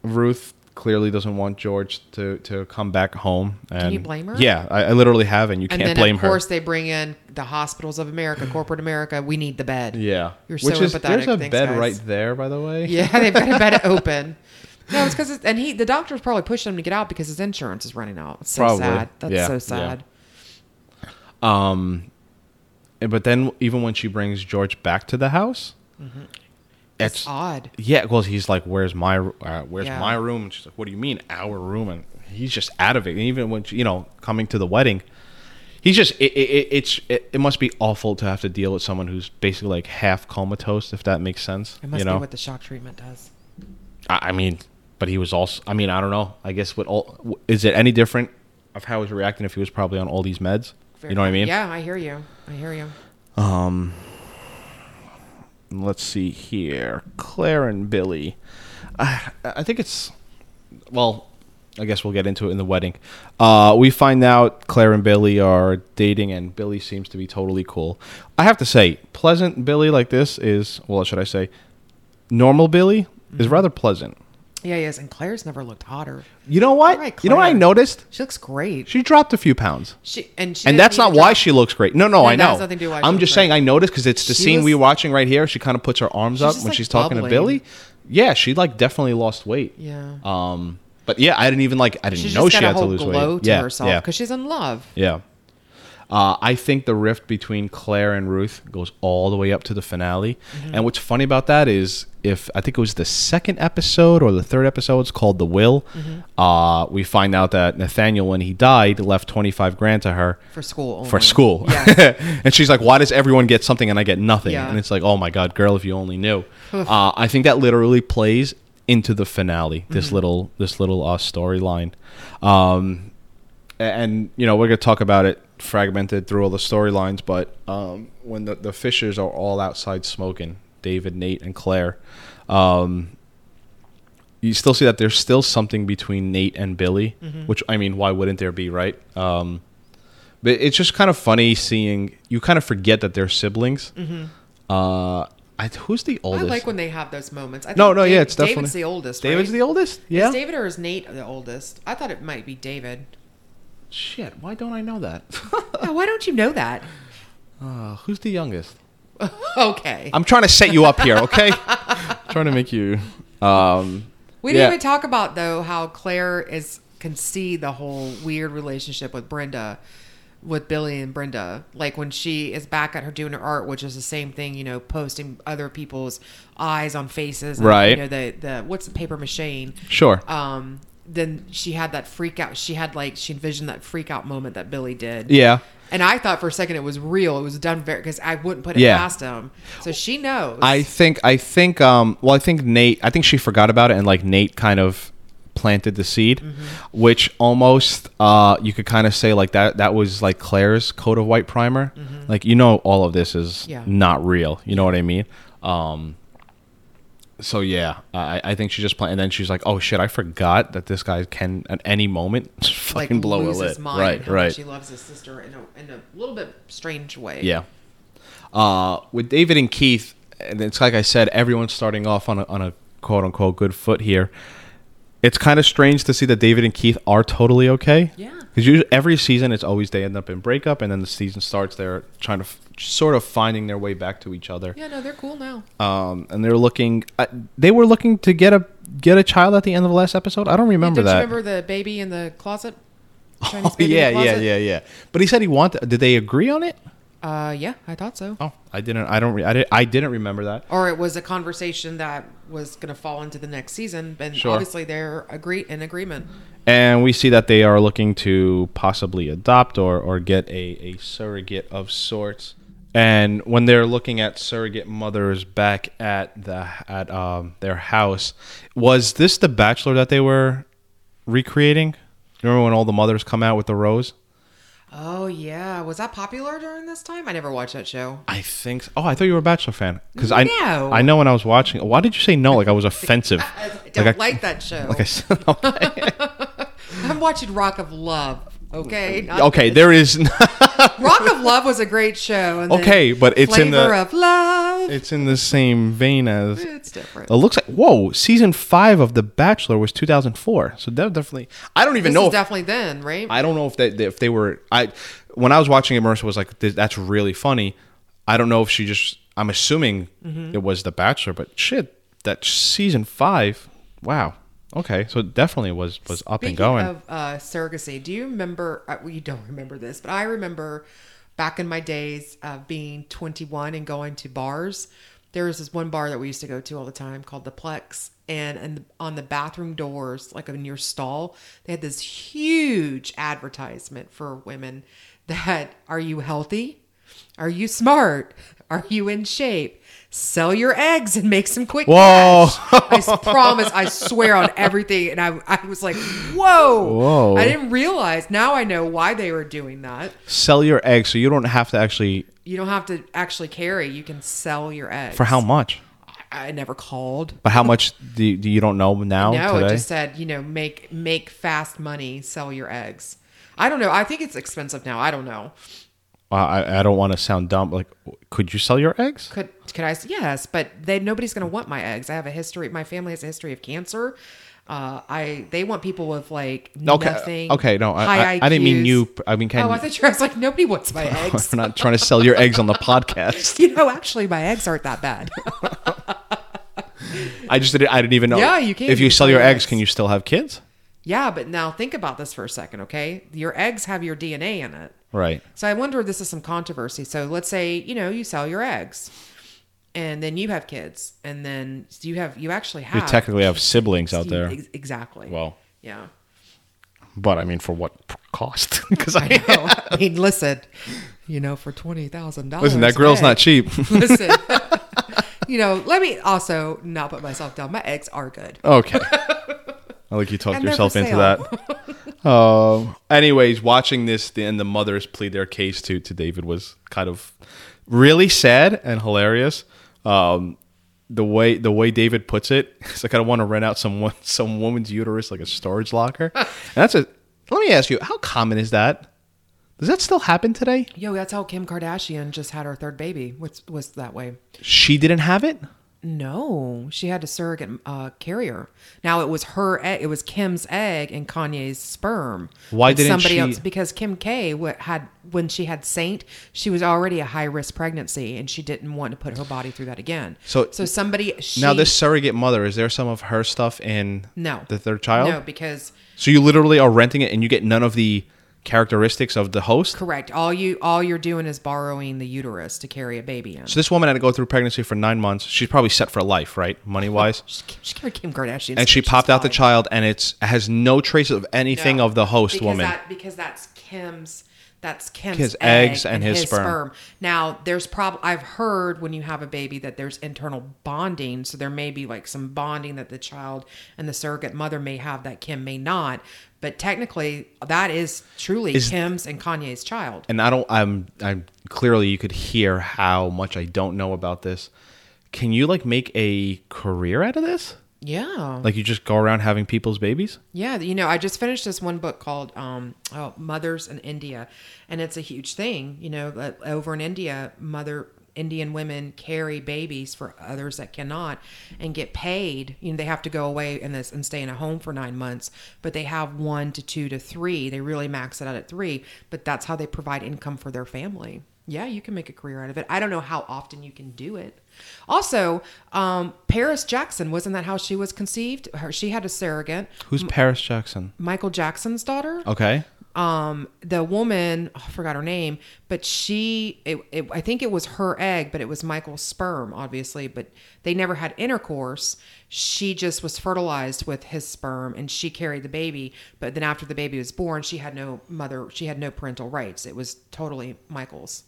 [SPEAKER 2] ruth clearly doesn't want george to to come back home and
[SPEAKER 3] you blame her?
[SPEAKER 2] yeah i, I literally have and you
[SPEAKER 3] And
[SPEAKER 2] can't
[SPEAKER 3] then
[SPEAKER 2] blame
[SPEAKER 3] of course
[SPEAKER 2] her
[SPEAKER 3] they bring in the hospitals of America, corporate America. We need the bed.
[SPEAKER 2] yeah
[SPEAKER 3] You're so
[SPEAKER 2] which is there's
[SPEAKER 3] empathetic.
[SPEAKER 2] a
[SPEAKER 3] Thanks,
[SPEAKER 2] bed
[SPEAKER 3] guys.
[SPEAKER 2] right there by the way
[SPEAKER 3] Yeah, they've got a bed open. No, it's because and he the doctor's probably pushing him to get out because his insurance is running out. It's so
[SPEAKER 2] Probably.
[SPEAKER 3] sad. That's
[SPEAKER 2] Yeah, yeah.
[SPEAKER 3] so sad.
[SPEAKER 2] And- but then even when she brings George back to the house,
[SPEAKER 3] Mm-hmm. It's,
[SPEAKER 2] it's
[SPEAKER 3] odd.
[SPEAKER 2] yeah. Well, he's like, "Where's my uh, Where's
[SPEAKER 3] Yeah.
[SPEAKER 2] my room?" And she's like, "What do you mean our room?" And he's just out of it. And even when she- you know coming to the wedding, he's just it, it, it, it's it, it must be awful to have to deal with someone who's basically like half comatose, if that makes sense.
[SPEAKER 3] It must
[SPEAKER 2] you know,
[SPEAKER 3] be what the shock treatment does.
[SPEAKER 2] I, I mean, but he was also. I mean, I don't know. I guess what all w- is it any different of how he was reacting if he was probably on all these meds? you know what I mean?
[SPEAKER 3] Yeah, I hear you. I hear you.
[SPEAKER 2] let's see here claire and billy i, I think it's well i guess we'll get into it in the wedding uh, we find out claire and billy are dating and billy seems to be totally cool i have to say pleasant billy like this is well should i say normal billy
[SPEAKER 3] Mm-hmm.
[SPEAKER 2] is rather pleasant
[SPEAKER 3] Yeah, yes. And Claire's never looked hotter.
[SPEAKER 2] you know what
[SPEAKER 3] All right,
[SPEAKER 2] you know what i
[SPEAKER 3] Claire.
[SPEAKER 2] noticed
[SPEAKER 3] She looks great.
[SPEAKER 2] she dropped a few pounds
[SPEAKER 3] She and
[SPEAKER 2] and
[SPEAKER 3] she didn't
[SPEAKER 2] that's not
[SPEAKER 3] even
[SPEAKER 2] why
[SPEAKER 3] drop-
[SPEAKER 2] she looks great. No, no,
[SPEAKER 3] No,
[SPEAKER 2] I
[SPEAKER 3] that
[SPEAKER 2] know.
[SPEAKER 3] has nothing to do with why she
[SPEAKER 2] I'm
[SPEAKER 3] looks
[SPEAKER 2] just
[SPEAKER 3] great.
[SPEAKER 2] saying I noticed because it's the
[SPEAKER 3] She
[SPEAKER 2] scene we
[SPEAKER 3] was-
[SPEAKER 2] watching right here. She kind of puts her arms up
[SPEAKER 3] just,
[SPEAKER 2] when
[SPEAKER 3] like,
[SPEAKER 2] she's talking to
[SPEAKER 3] bubbling.
[SPEAKER 2] Billy. Yeah, she like definitely lost weight.
[SPEAKER 3] Yeah.
[SPEAKER 2] Um, but yeah, I didn't even like. I didn't
[SPEAKER 3] She's
[SPEAKER 2] know
[SPEAKER 3] just
[SPEAKER 2] she
[SPEAKER 3] got a
[SPEAKER 2] had to
[SPEAKER 3] whole
[SPEAKER 2] lose
[SPEAKER 3] glow
[SPEAKER 2] weight.
[SPEAKER 3] to
[SPEAKER 2] yeah,
[SPEAKER 3] herself
[SPEAKER 2] yeah,
[SPEAKER 3] because she's in love.
[SPEAKER 2] yeah. Uh, I think the rift between Claire and Ruth goes all the way up to the finale.
[SPEAKER 3] Mm-hmm.
[SPEAKER 2] And what's funny about that is, if I think it was the second episode or the third episode, it's called The Will.
[SPEAKER 3] Mm-hmm.
[SPEAKER 2] Uh, we find out that Nathaniel, when he died, left 25 grand to her
[SPEAKER 3] For school
[SPEAKER 2] for
[SPEAKER 3] only.
[SPEAKER 2] school.
[SPEAKER 3] Yes.
[SPEAKER 2] and she's like, why does everyone get something and I get nothing?
[SPEAKER 3] Yeah.
[SPEAKER 2] And it's like, oh my God, girl, if you only knew. uh, I think that literally plays into the finale, this little this little uh, storyline. Um, a- and, you know, we're going to talk about it fragmented through all the storylines, but um, when the, the Fishers are all outside smoking, David, Nate, and Claire, um, you still see that there's still something between Nate and Billy, which I mean, why wouldn't there be, right? Um, but it's just kind of funny seeing you kind of forget that they're siblings. Uh, I, who's the
[SPEAKER 3] Mm-hmm. I
[SPEAKER 2] oldest?
[SPEAKER 3] like when they have those moments. I
[SPEAKER 2] no,
[SPEAKER 3] think
[SPEAKER 2] no, yeah,
[SPEAKER 3] Dave-
[SPEAKER 2] it's definitely
[SPEAKER 3] David's the oldest.
[SPEAKER 2] David's
[SPEAKER 3] right?
[SPEAKER 2] the oldest. Yeah.
[SPEAKER 3] Is David or is Nate the oldest? I thought it might be David.
[SPEAKER 2] Shit, why don't I know that?
[SPEAKER 3] Oh, why don't you know that?
[SPEAKER 2] uh, who's the youngest?
[SPEAKER 3] okay.
[SPEAKER 2] I'm trying to set you up here, okay? trying to make you. Um,
[SPEAKER 3] we didn't
[SPEAKER 2] yeah.
[SPEAKER 3] even talk about though how Claire is can see the whole weird relationship with Brenda, with Billy and Brenda. Like when she is back at her doing her art, which is the same thing, you know, posting other people's eyes on faces. and,
[SPEAKER 2] Right.
[SPEAKER 3] You know the the what's the paper machine.
[SPEAKER 2] Sure.
[SPEAKER 3] Um. Then she had that freak out. She had like she envisioned that freak out moment that Billy did.
[SPEAKER 2] yeah.
[SPEAKER 3] And I thought for a second it was real. It was done very because I wouldn't put it
[SPEAKER 2] Yeah.
[SPEAKER 3] past him. So she knows.
[SPEAKER 2] I think I think um well I think Nate I think she forgot about it and like Nate kind of planted the seed
[SPEAKER 3] Mm-hmm.
[SPEAKER 2] which almost uh you could kind of say like that that was like Claire's coat of white primer like you know all of this is
[SPEAKER 3] Mm-hmm. Yeah.
[SPEAKER 2] not real you know what I mean um so yeah I I think she just planned and then she's like oh shit I forgot that this guy can at any moment
[SPEAKER 3] like
[SPEAKER 2] fucking blow a
[SPEAKER 3] lose
[SPEAKER 2] lid
[SPEAKER 3] his mind
[SPEAKER 2] right
[SPEAKER 3] how
[SPEAKER 2] right
[SPEAKER 3] much She loves his sister in a, in a little bit strange way.
[SPEAKER 2] yeah. Uh, with David and Keith, and it's like I said, everyone's starting off on a, on a quote unquote good foot here. It's kind of strange to see that David and Keith are totally okay.
[SPEAKER 3] Yeah.
[SPEAKER 2] Because usually every season, it's always they end up in breakup, and then the season starts, they're trying to f- sort of finding their way back to each other.
[SPEAKER 3] Yeah, no, they're cool now.
[SPEAKER 2] Um, and they're looking, I, they were looking to get a get a child at the end of the last episode. I don't remember
[SPEAKER 3] Did
[SPEAKER 2] that.
[SPEAKER 3] you remember the baby in the closet? Chinese
[SPEAKER 2] oh,
[SPEAKER 3] baby
[SPEAKER 2] yeah,
[SPEAKER 3] in the
[SPEAKER 2] yeah,
[SPEAKER 3] closet?
[SPEAKER 2] yeah, yeah. But he said he wanted. Did they agree on it?
[SPEAKER 3] Uh, yeah, I thought so.
[SPEAKER 2] Oh, I didn't. I don't. Re- I, did, I didn't remember that.
[SPEAKER 3] Or it was a conversation that was going to fall into the next season, and
[SPEAKER 2] Sure.
[SPEAKER 3] obviously they're agree in agreement.
[SPEAKER 2] and we see that they are looking to possibly adopt or, or get a, a surrogate of sorts. And when they're looking at surrogate mothers back at the at um, their house, was this the Bachelor that they were recreating? You remember when all the mothers come out with the rose?
[SPEAKER 3] Oh yeah, was that popular during this time? I never watched that show.
[SPEAKER 2] I think. So. Oh, I thought you were a Bachelor fan because I
[SPEAKER 3] No.
[SPEAKER 2] I know when I was watching. Why did you say no? Like I was offensive.
[SPEAKER 3] I don't like, that show.
[SPEAKER 2] Like I said. Okay,
[SPEAKER 3] I'm watching Rock of Love. Okay. not
[SPEAKER 2] okay
[SPEAKER 3] this.
[SPEAKER 2] there is.
[SPEAKER 3] Rock of Love was a great show. and then
[SPEAKER 2] Okay, but it's in
[SPEAKER 3] Flavor
[SPEAKER 2] the-
[SPEAKER 3] of Love.
[SPEAKER 2] it's in the same vein as.
[SPEAKER 3] It's different.
[SPEAKER 2] It looks like whoa. Season five of The Bachelor was 2004, so that definitely. I don't even
[SPEAKER 3] This
[SPEAKER 2] know.
[SPEAKER 3] is
[SPEAKER 2] If,
[SPEAKER 3] definitely then, right?
[SPEAKER 2] I don't know if that if they were. I when I was watching it, Marissa was like, "Th- "That's really funny." I don't know if she just. I'm assuming
[SPEAKER 3] Mm-hmm.
[SPEAKER 2] it was The Bachelor, but shit, that season five. Wow. Okay, so it definitely was was up and
[SPEAKER 3] Speaking
[SPEAKER 2] going.
[SPEAKER 3] Of uh, surrogacy, do you remember? Uh, well, you don't remember this, but I remember back in my days of being 21 and going to bars. There was this one bar that we used to go to all the time called the Plex, and and on the bathroom doors, like in your stall, they had this huge advertisement for women that are you healthy? Are you smart? Are you in shape? Sell your eggs and make some quick
[SPEAKER 2] Whoa.
[SPEAKER 3] cash. I s- promise. I swear on everything. And I, I was like, whoa.
[SPEAKER 2] Whoa.
[SPEAKER 3] I didn't realize. Now I know why they were doing that.
[SPEAKER 2] Sell your eggs, so you don't have to actually.
[SPEAKER 3] You don't have to actually carry. You can sell your eggs.
[SPEAKER 2] For how much?
[SPEAKER 3] I, I never called.
[SPEAKER 2] But how much do you, do you don't know now
[SPEAKER 3] No,
[SPEAKER 2] today?
[SPEAKER 3] it just said, you know, make make fast money, sell your eggs. I don't know. I think it's expensive now. I don't know.
[SPEAKER 2] Wow, I, I don't want to sound dumb. Like, could you sell your eggs?
[SPEAKER 3] could could I? s- Yes, but they nobody's going to want my eggs. I have a history. My family has a history of cancer. Uh, I they want people with like
[SPEAKER 2] Okay, uh,
[SPEAKER 3] nothing.
[SPEAKER 2] okay, no, I-
[SPEAKER 3] high
[SPEAKER 2] I- I didn't mean
[SPEAKER 3] IQs.
[SPEAKER 2] you. I mean, can-
[SPEAKER 3] oh, I thought you were I was like nobody wants my eggs.
[SPEAKER 2] We're not trying to sell your eggs on the podcast.
[SPEAKER 3] you know, actually, my eggs aren't that bad.
[SPEAKER 2] I just didn't. I didn't even know.
[SPEAKER 3] Yeah, you can
[SPEAKER 2] If you
[SPEAKER 3] use
[SPEAKER 2] sell your
[SPEAKER 3] your
[SPEAKER 2] eggs,
[SPEAKER 3] eggs.
[SPEAKER 2] can you still have kids?
[SPEAKER 3] yeah, but now think about this for a second, okay? Your eggs have your DNA in it.
[SPEAKER 2] Right.
[SPEAKER 3] So I wonder if this is some controversy. So let's say, you know, you sell your eggs and then you have kids and then you have you actually
[SPEAKER 2] You
[SPEAKER 3] have
[SPEAKER 2] technically have siblings out there.
[SPEAKER 3] Ex- Exactly.
[SPEAKER 2] Well,
[SPEAKER 3] yeah.
[SPEAKER 2] but I mean, for what p- cost? Because I
[SPEAKER 3] No, I mean, listen, you know, for twenty thousand dollars.
[SPEAKER 2] listen, that grill's not cheap.
[SPEAKER 3] Listen, you know, let me also not put myself down. My eggs are good.
[SPEAKER 2] okay. I like you talked
[SPEAKER 3] And they're
[SPEAKER 2] yourself
[SPEAKER 3] for
[SPEAKER 2] into
[SPEAKER 3] sale.
[SPEAKER 2] that. Um. Anyways, watching this the- and the mothers plead their case to to David was kind of really sad and hilarious. Um. The way the way David puts it, it's like I want to rent out some wo- some woman's uterus like a storage locker. And that's a. Let me ask you, how common is that? Does that still happen today?
[SPEAKER 3] Yo, that's how Kim Kardashian just had her third baby. Was was that way?
[SPEAKER 2] She didn't have it.
[SPEAKER 3] No, she had a surrogate uh, carrier. Now it was her egg. It was Kim's egg and Kanye's sperm.
[SPEAKER 2] Why
[SPEAKER 3] But
[SPEAKER 2] didn't
[SPEAKER 3] somebody
[SPEAKER 2] she-
[SPEAKER 3] else? Because Kim K wa- had when she had Saint, she was already a high risk pregnancy, and she didn't want to put her body through that again.
[SPEAKER 2] So-
[SPEAKER 3] so somebody she,
[SPEAKER 2] Now this surrogate mother, is there some of her stuff in
[SPEAKER 3] No.
[SPEAKER 2] the third child?
[SPEAKER 3] No, because
[SPEAKER 2] So you literally are renting it and you get none of the characteristics of the host.
[SPEAKER 3] correct. All you all you're doing is borrowing the uterus to carry a baby in.
[SPEAKER 2] So this woman had to go through pregnancy for nine months. She's probably set for life, right? Money wise.
[SPEAKER 3] She, she carried Kim Kardashian,
[SPEAKER 2] And she popped out the child and it's has no trace of anything of the host
[SPEAKER 3] because
[SPEAKER 2] woman.
[SPEAKER 3] That, because that's Kim's. That's Kim's
[SPEAKER 2] His
[SPEAKER 3] egg
[SPEAKER 2] eggs and his sperm.
[SPEAKER 3] Now, there's prob. I've heard when you have a baby that there's internal bonding, so there may be like some bonding that the child and the surrogate mother may have that Kim may not. But technically, that is truly
[SPEAKER 2] Is-
[SPEAKER 3] Kim's and Kanye's child.
[SPEAKER 2] and I don't I'm I'm clearly you could hear how much I don't know about this. Can you like make a career out of this?
[SPEAKER 3] Yeah.
[SPEAKER 2] Like you just go around having people's babies?
[SPEAKER 3] Yeah, you know, I just finished this one book called um, oh, "Mothers in India," and it's a huge thing. You know, that over in India, mother Indian women carry babies for others that cannot and get paid. You know, they have to go away in this and stay in a home for nine months, but they have one to two to three. They really max it out at three, but that's how they provide income for their family. Yeah, you can make a career out of it. I don't know how often you can do it. Also, um, Paris Jackson wasn't that how she was conceived? Her, she had a surrogate.
[SPEAKER 2] Who's Paris Jackson?
[SPEAKER 3] Michael Jackson's daughter.
[SPEAKER 2] Okay.
[SPEAKER 3] Um, the woman, oh, I forgot her name, but she, it, it, I think it was her egg, but it was Michael's sperm, obviously. But they never had intercourse. She just was fertilized with his sperm, and she carried the baby. But then after the baby was born, she had no mother. She had no parental rights. It was totally Michael's.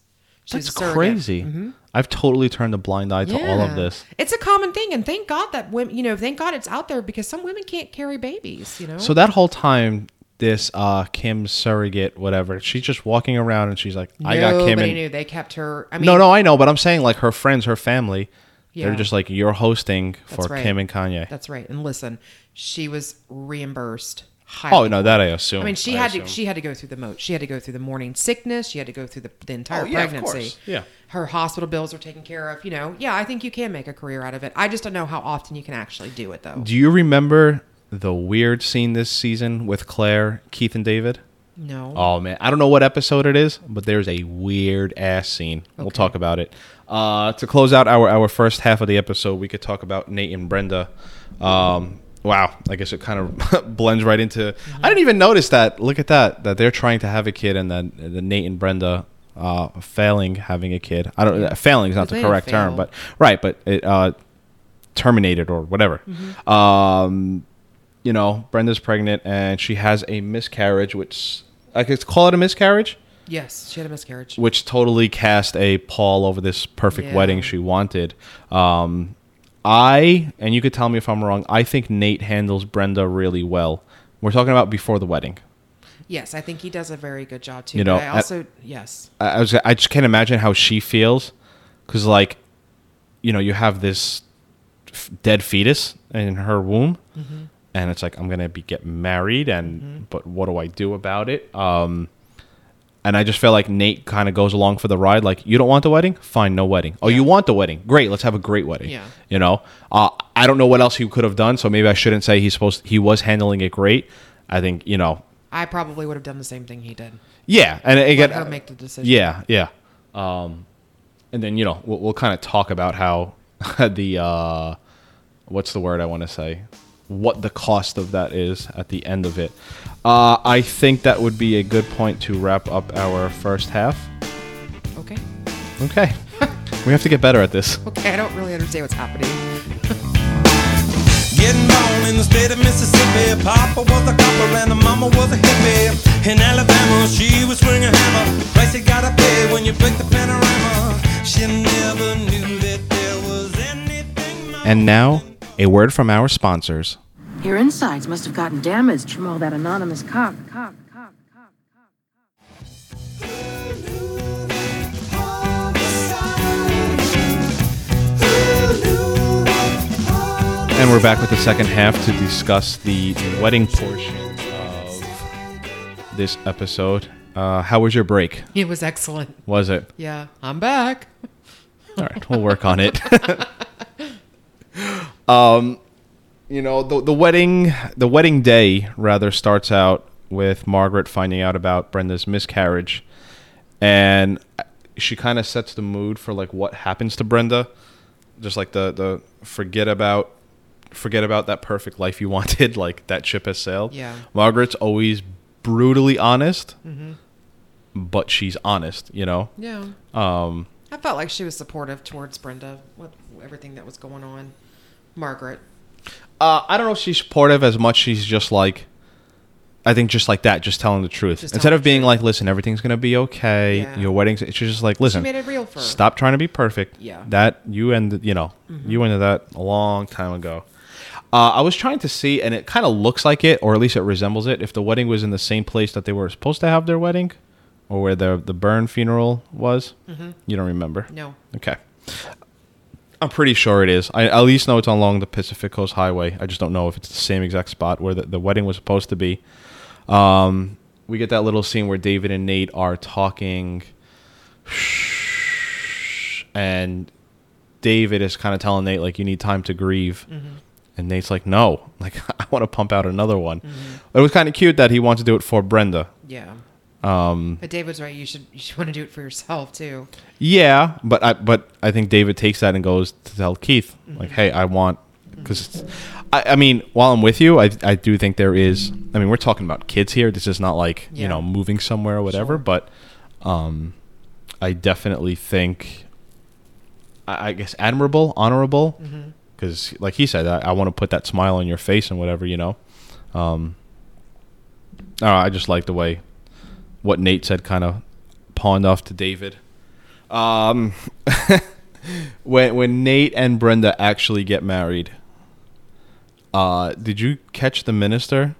[SPEAKER 3] She was
[SPEAKER 2] That's
[SPEAKER 3] a surrogate. Mm-hmm.
[SPEAKER 2] crazy. I've totally turned a blind eye to all
[SPEAKER 3] Yeah.
[SPEAKER 2] of this.
[SPEAKER 3] It's a common thing, and thank God that women, you know, thank God it's out there because some women can't carry babies. You know,
[SPEAKER 2] So that whole time, this uh, Kim surrogate, whatever. She's just walking around and she's like, I got Kim.
[SPEAKER 3] Nobody
[SPEAKER 2] And,
[SPEAKER 3] knew. They kept her. I mean,
[SPEAKER 2] no, no, I know, but I'm saying like her friends, her family,
[SPEAKER 3] Yeah.
[SPEAKER 2] they're just like, you're hosting for
[SPEAKER 3] That's right.
[SPEAKER 2] Kim and Kanye.
[SPEAKER 3] That's right. And listen, she was reimbursed.
[SPEAKER 2] oh,
[SPEAKER 3] highly.
[SPEAKER 2] no, that I assume.
[SPEAKER 3] I mean, she had to. She had to go through the mo. She had to go through the morning sickness. She had to go through the, the entire
[SPEAKER 2] Oh, yeah, of
[SPEAKER 3] pregnancy.
[SPEAKER 2] course. Yeah.
[SPEAKER 3] Her hospital bills are taken care of. You know. Yeah, I think you can make a career out of it. I just don't know how often you can actually do it though.
[SPEAKER 2] Do you remember the weird scene this season with Claire, Keith, and David?
[SPEAKER 3] No.
[SPEAKER 2] Oh man, I don't know what episode it is, but there's a weird ass scene. We'll talk about it. Uh, to close out our our first half of the episode, we could talk about Nate and Brenda. Um, wow, I guess it kind of blends right into. I didn't even notice that. Look at that. That they're trying to have a kid, and then the Nate and Brenda. Uh, failing having a kid. I don't. Failing is not
[SPEAKER 3] Because
[SPEAKER 2] the
[SPEAKER 3] they don't
[SPEAKER 2] correct term,
[SPEAKER 3] fail.
[SPEAKER 2] but right. But it uh, terminated or whatever.
[SPEAKER 3] Mm-hmm.
[SPEAKER 2] Um, you know, Brenda's pregnant and she has a miscarriage, which I could call it a miscarriage,
[SPEAKER 3] Yes, she had a miscarriage.
[SPEAKER 2] which totally cast a pall over this perfect
[SPEAKER 3] Yeah.
[SPEAKER 2] wedding she wanted. Um, I and you could tell me if I'm wrong. I think Nate handles Brenda really well. We're talking about before the wedding.
[SPEAKER 3] Yes, I think he does a very good job too.
[SPEAKER 2] You
[SPEAKER 3] You
[SPEAKER 2] know,
[SPEAKER 3] I
[SPEAKER 2] at-
[SPEAKER 3] also yes.
[SPEAKER 2] I, I was I just can't imagine how she feels because like you know you have this f- dead fetus in her womb and it's like I'm gonna be get married and but what do I do about it um and I just feel like Nate kind of goes along for the ride like you don't want the wedding fine no wedding oh you want the wedding great let's have a great wedding
[SPEAKER 3] Yeah.
[SPEAKER 2] you know uh, I don't know what else he could have done so maybe I shouldn't say he's supposed he was handling it great I think you know
[SPEAKER 3] I probably would have done the same thing he did.
[SPEAKER 2] yeah and again
[SPEAKER 3] Let her make the decision.
[SPEAKER 2] yeah, yeah. Um, and then you know we'll, we'll kind of talk about how the uh, what's the word I want to say, what the cost of that is at the end of it. Uh, I think that would be a good point to wrap up our first half.
[SPEAKER 3] Okay.
[SPEAKER 2] Okay, we have to get better at this.
[SPEAKER 3] Okay, I don't really understand what's happening.
[SPEAKER 4] Getting born in the state of Mississippi. Papa was a copper and the mama was a hippie. In Alabama, she was swinging a hammer. Price you gotta pay when you break the panorama. She never knew that there was anything. more
[SPEAKER 2] And now, a word from our sponsors.
[SPEAKER 5] Your insides must have gotten damaged from all that anonymous cock, cock, cock, cock.
[SPEAKER 2] And we're back with the second half to discuss the wedding portion of this episode. Uh, how was your break?
[SPEAKER 3] It was excellent.
[SPEAKER 2] Was it?
[SPEAKER 3] Yeah, I'm back.
[SPEAKER 2] All right, we'll work on it. um, you know, the the wedding the wedding day rather starts out with Margaret finding out about Brenda's miscarriage, and she kind of sets the mood for like what happens to Brenda, just like the the forget about forget about that perfect life you wanted, like that ship has sailed.
[SPEAKER 3] Yeah.
[SPEAKER 2] Margaret's always brutally honest, but she's honest, you know.
[SPEAKER 3] Yeah.
[SPEAKER 2] Um,
[SPEAKER 3] I felt like she was supportive towards Brenda with everything that was going on. Margaret.
[SPEAKER 2] Uh, I don't know if she's supportive as much. She's just like, I think just like that, just telling the truth.
[SPEAKER 3] Just
[SPEAKER 2] Instead
[SPEAKER 3] telling
[SPEAKER 2] of being like, listen, everything's gonna be okay.
[SPEAKER 3] Yeah.
[SPEAKER 2] Your wedding's. She's just like, listen,
[SPEAKER 3] made it real for her.
[SPEAKER 2] stop trying to be perfect.
[SPEAKER 3] Yeah. Mm-hmm.
[SPEAKER 2] that you ended. You know, you ended that a long time ago. Uh, I was trying to see, and it kind of looks like it, or at least it resembles it. If the wedding was in the same place that they were supposed to have their wedding, or where the the Byrne funeral was, you don't remember?
[SPEAKER 3] No.
[SPEAKER 2] Okay. I'm pretty sure it is. I at least know it's along the Pacific Coast Highway. I just don't know if it's the same exact spot where the, the wedding was supposed to be. Um, we get that little scene where David and Nate are talking, and David is kind of telling Nate like, "You need time to grieve," and Nate's like, "No, like I want to pump out another one." It was kind of cute that he wants to do it for Brenda.
[SPEAKER 3] Yeah. Um, but David's right. You should you should want to do it for yourself too.
[SPEAKER 2] Yeah, but I but I think David takes that and goes to tell Keith like, "Hey, I want." Because I, I mean, while I'm with you, I I do think there is. I mean, we're talking about kids here. This is not like you
[SPEAKER 3] Yeah.
[SPEAKER 2] know moving somewhere or whatever. But um, I definitely think. I, I guess admirable, honorable, because like he said, I, I want to put that smile on your face and whatever you know. Um, I don't know, I just like the way what Nate said kind of pawned off to David. Um, when when Nate and Brenda actually get married, uh, did you catch the minister?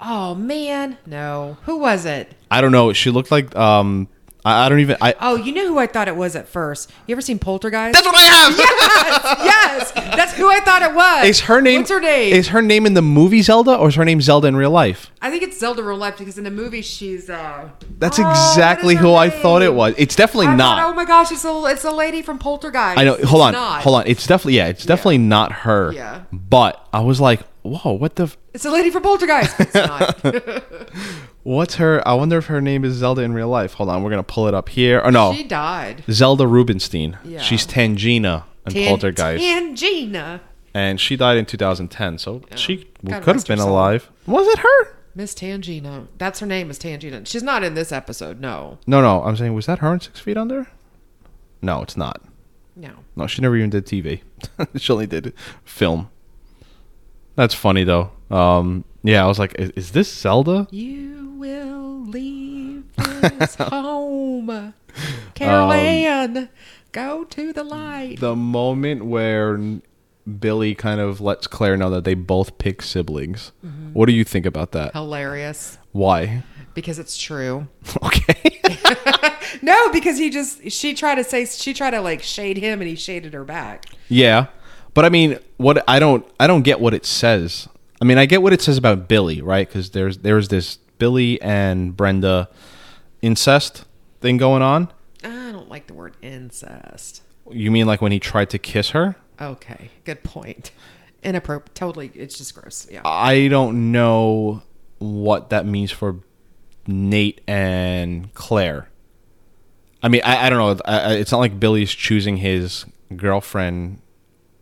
[SPEAKER 3] Oh man, no. Who was it?
[SPEAKER 2] I don't know. She looked like um. I, I don't even. I.
[SPEAKER 3] Oh, you know who I thought it was at first. You ever seen Poltergeist?
[SPEAKER 2] That's what I have.
[SPEAKER 3] yes, that's who I thought it was.
[SPEAKER 2] Is her name?
[SPEAKER 3] What's her name?
[SPEAKER 2] Is her name in the movie Zelda, or is her name Zelda in real life?
[SPEAKER 3] I think it's Zelda real life because in the movie she's. uh
[SPEAKER 2] That's
[SPEAKER 3] oh, what is
[SPEAKER 2] exactly
[SPEAKER 3] her
[SPEAKER 2] who I thought it
[SPEAKER 3] name?
[SPEAKER 2] was. It's definitely
[SPEAKER 3] I
[SPEAKER 2] not.
[SPEAKER 3] Thought, oh my gosh, it's a it's a lady from Poltergeist.
[SPEAKER 2] I know.
[SPEAKER 3] It's
[SPEAKER 2] Hold on.
[SPEAKER 3] not.
[SPEAKER 2] Hold on. It's definitely yeah. It's definitely not her.
[SPEAKER 3] Yeah.
[SPEAKER 2] But I was like, whoa, what the? F-
[SPEAKER 3] It's a lady from Poltergeist. It's not.
[SPEAKER 2] what's her? I wonder if her name is Zelda in real life. Hold on. We're gonna pull it up here. Or no,
[SPEAKER 3] She died.
[SPEAKER 2] Zelda Rubinstein.
[SPEAKER 3] Yeah.
[SPEAKER 2] She's Tangina in Poltergeist,
[SPEAKER 3] Tangina.
[SPEAKER 2] and she died in 2010. So she
[SPEAKER 3] God
[SPEAKER 2] could have
[SPEAKER 3] rest her
[SPEAKER 2] been
[SPEAKER 3] soul.
[SPEAKER 2] alive. Was it her?
[SPEAKER 3] Miss Tangina. That's her name is Tangina. She's not in this episode. No.
[SPEAKER 2] No, no. I'm saying, was that her in Six Feet Under? No, it's not.
[SPEAKER 3] No.
[SPEAKER 2] No, she never even did TV. she only did film. That's funny though. Um, yeah, I was like, is, is this Zelda?
[SPEAKER 3] You will leave this home.
[SPEAKER 2] Um,
[SPEAKER 3] Carol Ann, go to the light.
[SPEAKER 2] The moment where n- Billy kind of lets Claire know that they both pick siblings.
[SPEAKER 3] Mm-hmm.
[SPEAKER 2] What do you think about that?
[SPEAKER 3] Hilarious.
[SPEAKER 2] Why?
[SPEAKER 3] Because it's true.
[SPEAKER 2] okay.
[SPEAKER 3] No, because he just she tried to say she tried to like shade him and he shaded her back.
[SPEAKER 2] yeah, but I mean, what I don't I don't get what it says. I mean, I get what it says about Billy, right? Because there's there's this Billy and Brenda incest thing going on.
[SPEAKER 3] I don't like the word incest.
[SPEAKER 2] You mean like when he tried to kiss her?
[SPEAKER 3] Okay, good point. Inappropriate. Totally, it's just gross. Yeah.
[SPEAKER 2] I don't know what that means for Nate and Claire. I mean, I, I don't know. I, I- it's not like Billy's choosing his girlfriend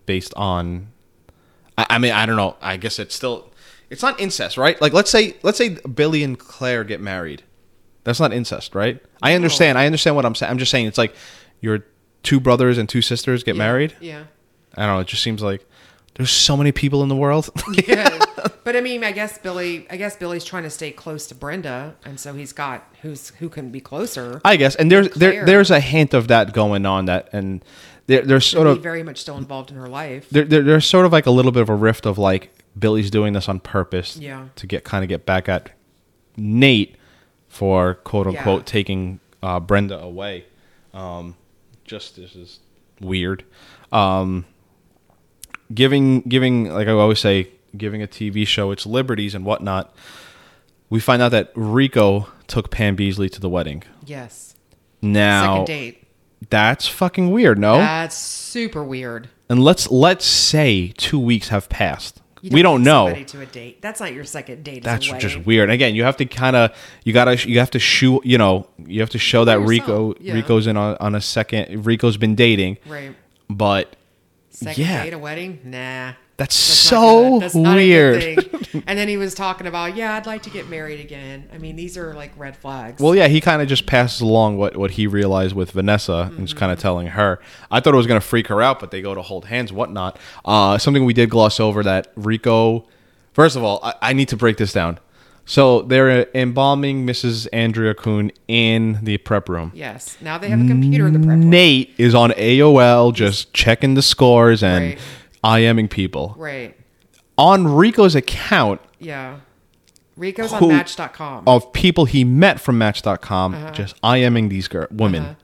[SPEAKER 2] based on. I, I mean, I don't know. I guess it's still. It's not incest, right? Like, let's say, let's say Billy and Claire get married. That's not incest, right? I understand. I understand what I'm saying. I'm just saying it's like your two brothers and two sisters get married.
[SPEAKER 3] Yeah.
[SPEAKER 2] I don't know. It just seems like there's so many people in the world.
[SPEAKER 3] Yeah. but I mean, I guess Billy. I guess Billy's trying to stay close to Brenda, and so he's got who's who can be closer.
[SPEAKER 2] I guess, and there's there,
[SPEAKER 3] Claire.
[SPEAKER 2] there's a hint of that going on that, and there, there's sort
[SPEAKER 3] He's
[SPEAKER 2] of
[SPEAKER 3] very much still involved in her life.
[SPEAKER 2] there, there, there's sort of like a little bit of a rift of like Billy's doing this on purpose,
[SPEAKER 3] Yeah.
[SPEAKER 2] to get kind of get back at Nate for quote
[SPEAKER 3] Yeah.
[SPEAKER 2] unquote taking uh, Brenda away. Um, just this is weird. Um, giving giving like I always say, giving a TV show its liberties and whatnot. We find out that Rico took Pam Beasley to the wedding.
[SPEAKER 3] yes.
[SPEAKER 2] Now, oh.
[SPEAKER 3] Second date.
[SPEAKER 2] that's fucking weird, no?
[SPEAKER 3] That's super weird.
[SPEAKER 2] and let's let's say two weeks have passed.
[SPEAKER 3] You
[SPEAKER 2] we don't
[SPEAKER 3] take
[SPEAKER 2] know.
[SPEAKER 3] somebody to a date. That's not your second date.
[SPEAKER 2] That's
[SPEAKER 3] That's a
[SPEAKER 2] just
[SPEAKER 3] wedding.
[SPEAKER 2] weird. Again, you have to kind of you gotta you have to shoe you know you have to show that Rico
[SPEAKER 3] yourself, yeah.
[SPEAKER 2] Rico's in on, on a second. Rico's been dating,
[SPEAKER 3] Right.
[SPEAKER 2] but
[SPEAKER 3] Second
[SPEAKER 2] Yeah.
[SPEAKER 3] date, a wedding? Nah.
[SPEAKER 2] that's,
[SPEAKER 3] That's not
[SPEAKER 2] so
[SPEAKER 3] good. That's not a good
[SPEAKER 2] weird.
[SPEAKER 3] thing. and then he was talking about, yeah, I'd like to get married again. I mean, these are like red flags.
[SPEAKER 2] Well, yeah, he kind of just passes along what, what he realized with Vanessa and is kind
[SPEAKER 3] Mm-hmm.
[SPEAKER 2] of telling her. I thought it was going to freak her out, but they go to hold hands, whatnot. Uh, something we did gloss over that Rico. First of all, I, I need to break this down. So they're embalming Mrs. Andrea Kuhn in the prep room.
[SPEAKER 3] yes. Now they have a computer in the prep room.
[SPEAKER 2] Nate is on AOL just checking the scores and
[SPEAKER 3] Right.
[SPEAKER 2] IMing people.
[SPEAKER 3] Right.
[SPEAKER 2] On Rico's account,
[SPEAKER 3] Yeah. Rico's
[SPEAKER 2] Who- Oh,
[SPEAKER 3] on Match.com.
[SPEAKER 2] of people he met from Match.com
[SPEAKER 3] Uh-huh.
[SPEAKER 2] just IMing these girl- women.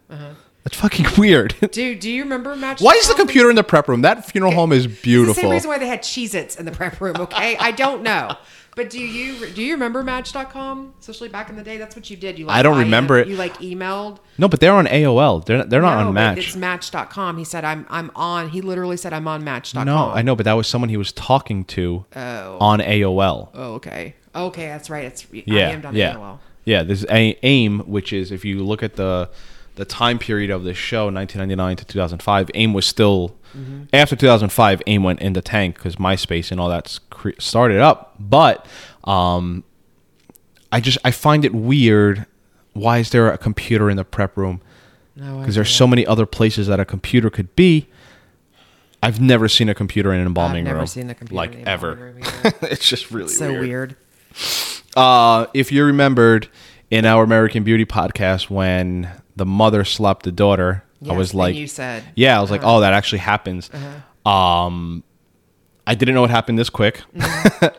[SPEAKER 2] That's fucking weird.
[SPEAKER 3] Dude, do you remember Match?
[SPEAKER 2] Why is the computer in the prep room? That funeral home is
[SPEAKER 3] It's the same
[SPEAKER 2] beautiful.
[SPEAKER 3] reason why they had Cheez Its in the prep room, okay? I don't know. But do you do you remember Match.com? Especially back in the day, that's what you did. You like
[SPEAKER 2] I don't
[SPEAKER 3] IM
[SPEAKER 2] remember it.
[SPEAKER 3] You like emailed.
[SPEAKER 2] No, but they're on AOL. They're not, they're not
[SPEAKER 3] No,
[SPEAKER 2] on
[SPEAKER 3] but
[SPEAKER 2] Match.
[SPEAKER 3] It's Match.com. He said I'm I'm on. He literally said I'm on Match.com.
[SPEAKER 2] No, I know, but that was someone he was talking to on AOL.
[SPEAKER 3] Oh, okay. Okay, that's right. It's
[SPEAKER 2] yeah,
[SPEAKER 3] I am on
[SPEAKER 2] yeah,
[SPEAKER 3] AOL.
[SPEAKER 2] yeah. This is a- AIM, which is if you look at the the time period of this show, 1999 to 2005, AIM was still
[SPEAKER 3] Mm-hmm.
[SPEAKER 2] after 2005. AIM went in the tank because MySpace and all that's cre- started up. But um, I just I find it weird. Why is there a computer in the prep room?
[SPEAKER 3] No, I
[SPEAKER 2] Because there's so many other places that a computer could be. I've never seen a computer in an embalming
[SPEAKER 3] I've never
[SPEAKER 2] room,
[SPEAKER 3] seen a computer
[SPEAKER 2] like
[SPEAKER 3] in the
[SPEAKER 2] ever.
[SPEAKER 3] embalming room either.
[SPEAKER 2] it's just really
[SPEAKER 3] so weird.
[SPEAKER 2] uh, if you remembered in our American Beauty podcast when the mother slapped the daughter, I
[SPEAKER 3] Yes,
[SPEAKER 2] was
[SPEAKER 3] and uh-huh.
[SPEAKER 2] like,
[SPEAKER 3] you said. Uh-huh.
[SPEAKER 2] yeah, I was like, oh, that actually happens. Um, I didn't know it happened this quick,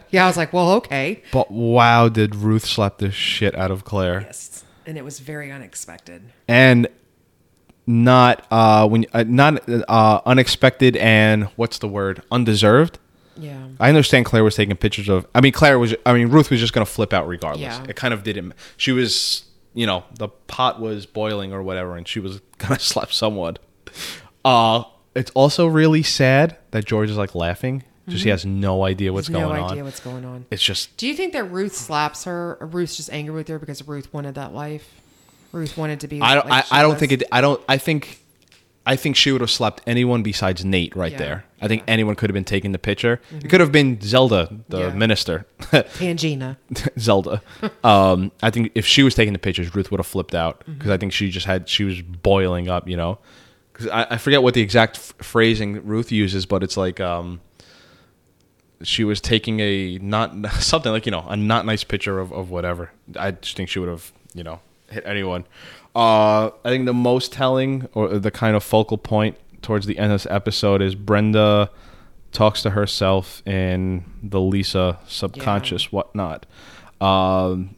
[SPEAKER 3] Yeah, I was like, well, okay.
[SPEAKER 2] but wow, did Ruth slap the shit out of Claire.
[SPEAKER 3] Yes. And it was very unexpected.
[SPEAKER 2] and not uh when uh, not uh unexpected and what's the word undeserved
[SPEAKER 3] Yeah.
[SPEAKER 2] i understand claire was taking pictures of i mean claire was i mean ruth was just gonna flip out regardless
[SPEAKER 3] Yeah.
[SPEAKER 2] it kind of didn't she was you know the pot was boiling or whatever and she was gonna slap someone uh it's also really sad that george is like laughing just he has no idea what's
[SPEAKER 3] Mm-hmm. no
[SPEAKER 2] going
[SPEAKER 3] idea
[SPEAKER 2] on
[SPEAKER 3] what's going on.
[SPEAKER 2] it's just
[SPEAKER 3] Do you think that Ruth slaps her? Or Ruth's just angry with her because Ruth wanted that life. Ruth wanted to be.
[SPEAKER 2] I don't.
[SPEAKER 3] like she
[SPEAKER 2] I, I don't
[SPEAKER 3] was?
[SPEAKER 2] think it. I don't. I think. I think she would have slapped anyone besides Nate right
[SPEAKER 3] Yeah, Mm-hmm.
[SPEAKER 2] there. I think anyone could have been taking the picture. It could have been Zelda, the
[SPEAKER 3] Yeah.
[SPEAKER 2] minister,
[SPEAKER 3] Tangina.
[SPEAKER 2] Zelda. Um, I think if she was taking the pictures, Ruth would have flipped out because I think she just had she was boiling up, you know. Because I, I forget what the exact f- phrasing Ruth uses, but it's like um, she was taking a not something like you know a not nice picture of, of whatever. I just think she would have you know hit anyone. Uh, I think the most telling or the kind of focal point towards the end of this episode is Brenda talks to herself in the Lisa subconscious whatnot. Um,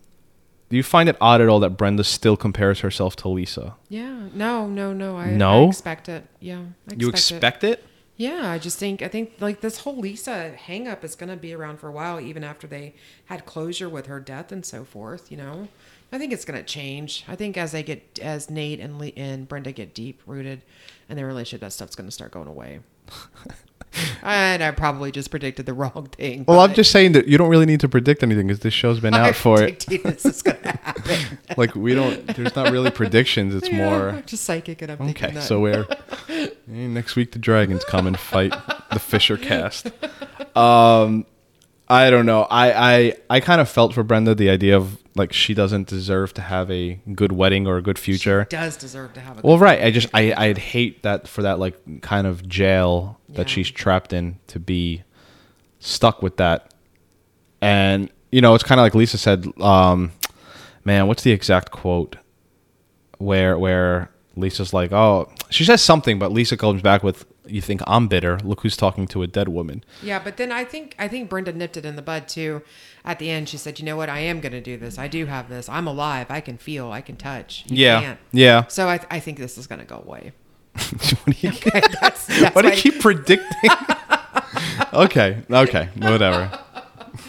[SPEAKER 2] do you find it odd at all that Brenda still compares herself to Lisa?
[SPEAKER 3] Yeah. No. No. No. I I
[SPEAKER 2] No?
[SPEAKER 3] expect it. Yeah. I
[SPEAKER 2] you expect it?
[SPEAKER 3] It. Yeah. I just think I think like this whole Lisa hangup is gonna be around for a while, even after they had closure with her death and so forth. You know, I think it's gonna change. I think as they get as Nate and Le- and Brenda get deep rooted in their relationship, that stuff's gonna start going away. and I probably just predicted the wrong thing.
[SPEAKER 2] Well, I'm
[SPEAKER 3] but-
[SPEAKER 2] just saying that you don't really need to predict anything because this show's been
[SPEAKER 3] I
[SPEAKER 2] out for it.
[SPEAKER 3] predicted This is gonna happen.
[SPEAKER 2] Like we don't. There's not really predictions. It's
[SPEAKER 3] Yeah,
[SPEAKER 2] more.
[SPEAKER 3] I'm just psychic, and I'm thinking
[SPEAKER 2] Okay,
[SPEAKER 3] that.
[SPEAKER 2] so we're eh, next week. The dragons come and fight the Fisher cast. Um, I don't know. I I I kind of felt for Brenda the idea of like she doesn't deserve to have a good wedding or a good future.
[SPEAKER 3] does deserve to have a
[SPEAKER 2] Well, right. I just I I'd hate that for that like kind of jail that
[SPEAKER 3] Yeah.
[SPEAKER 2] she's trapped in to be stuck with that, and you know it's kind of like Lisa said. Um, man, what's the exact quote? Where where Lisa's like, oh, she says something, but Lisa comes back with, "You think I'm bitter? Look who's talking to a dead woman."
[SPEAKER 3] Yeah, but then I think I think Brenda nipped it in the bud too. At the end, she said, "You know what? I am going to do this. I do have this. I'm alive. I can feel. I can touch. You
[SPEAKER 2] Yeah,
[SPEAKER 3] can't."
[SPEAKER 2] yeah.
[SPEAKER 3] So I, I think this is going to go away.
[SPEAKER 2] what do you,
[SPEAKER 3] That's, that's
[SPEAKER 2] why do
[SPEAKER 3] why-
[SPEAKER 2] you keep predicting? okay, okay, whatever.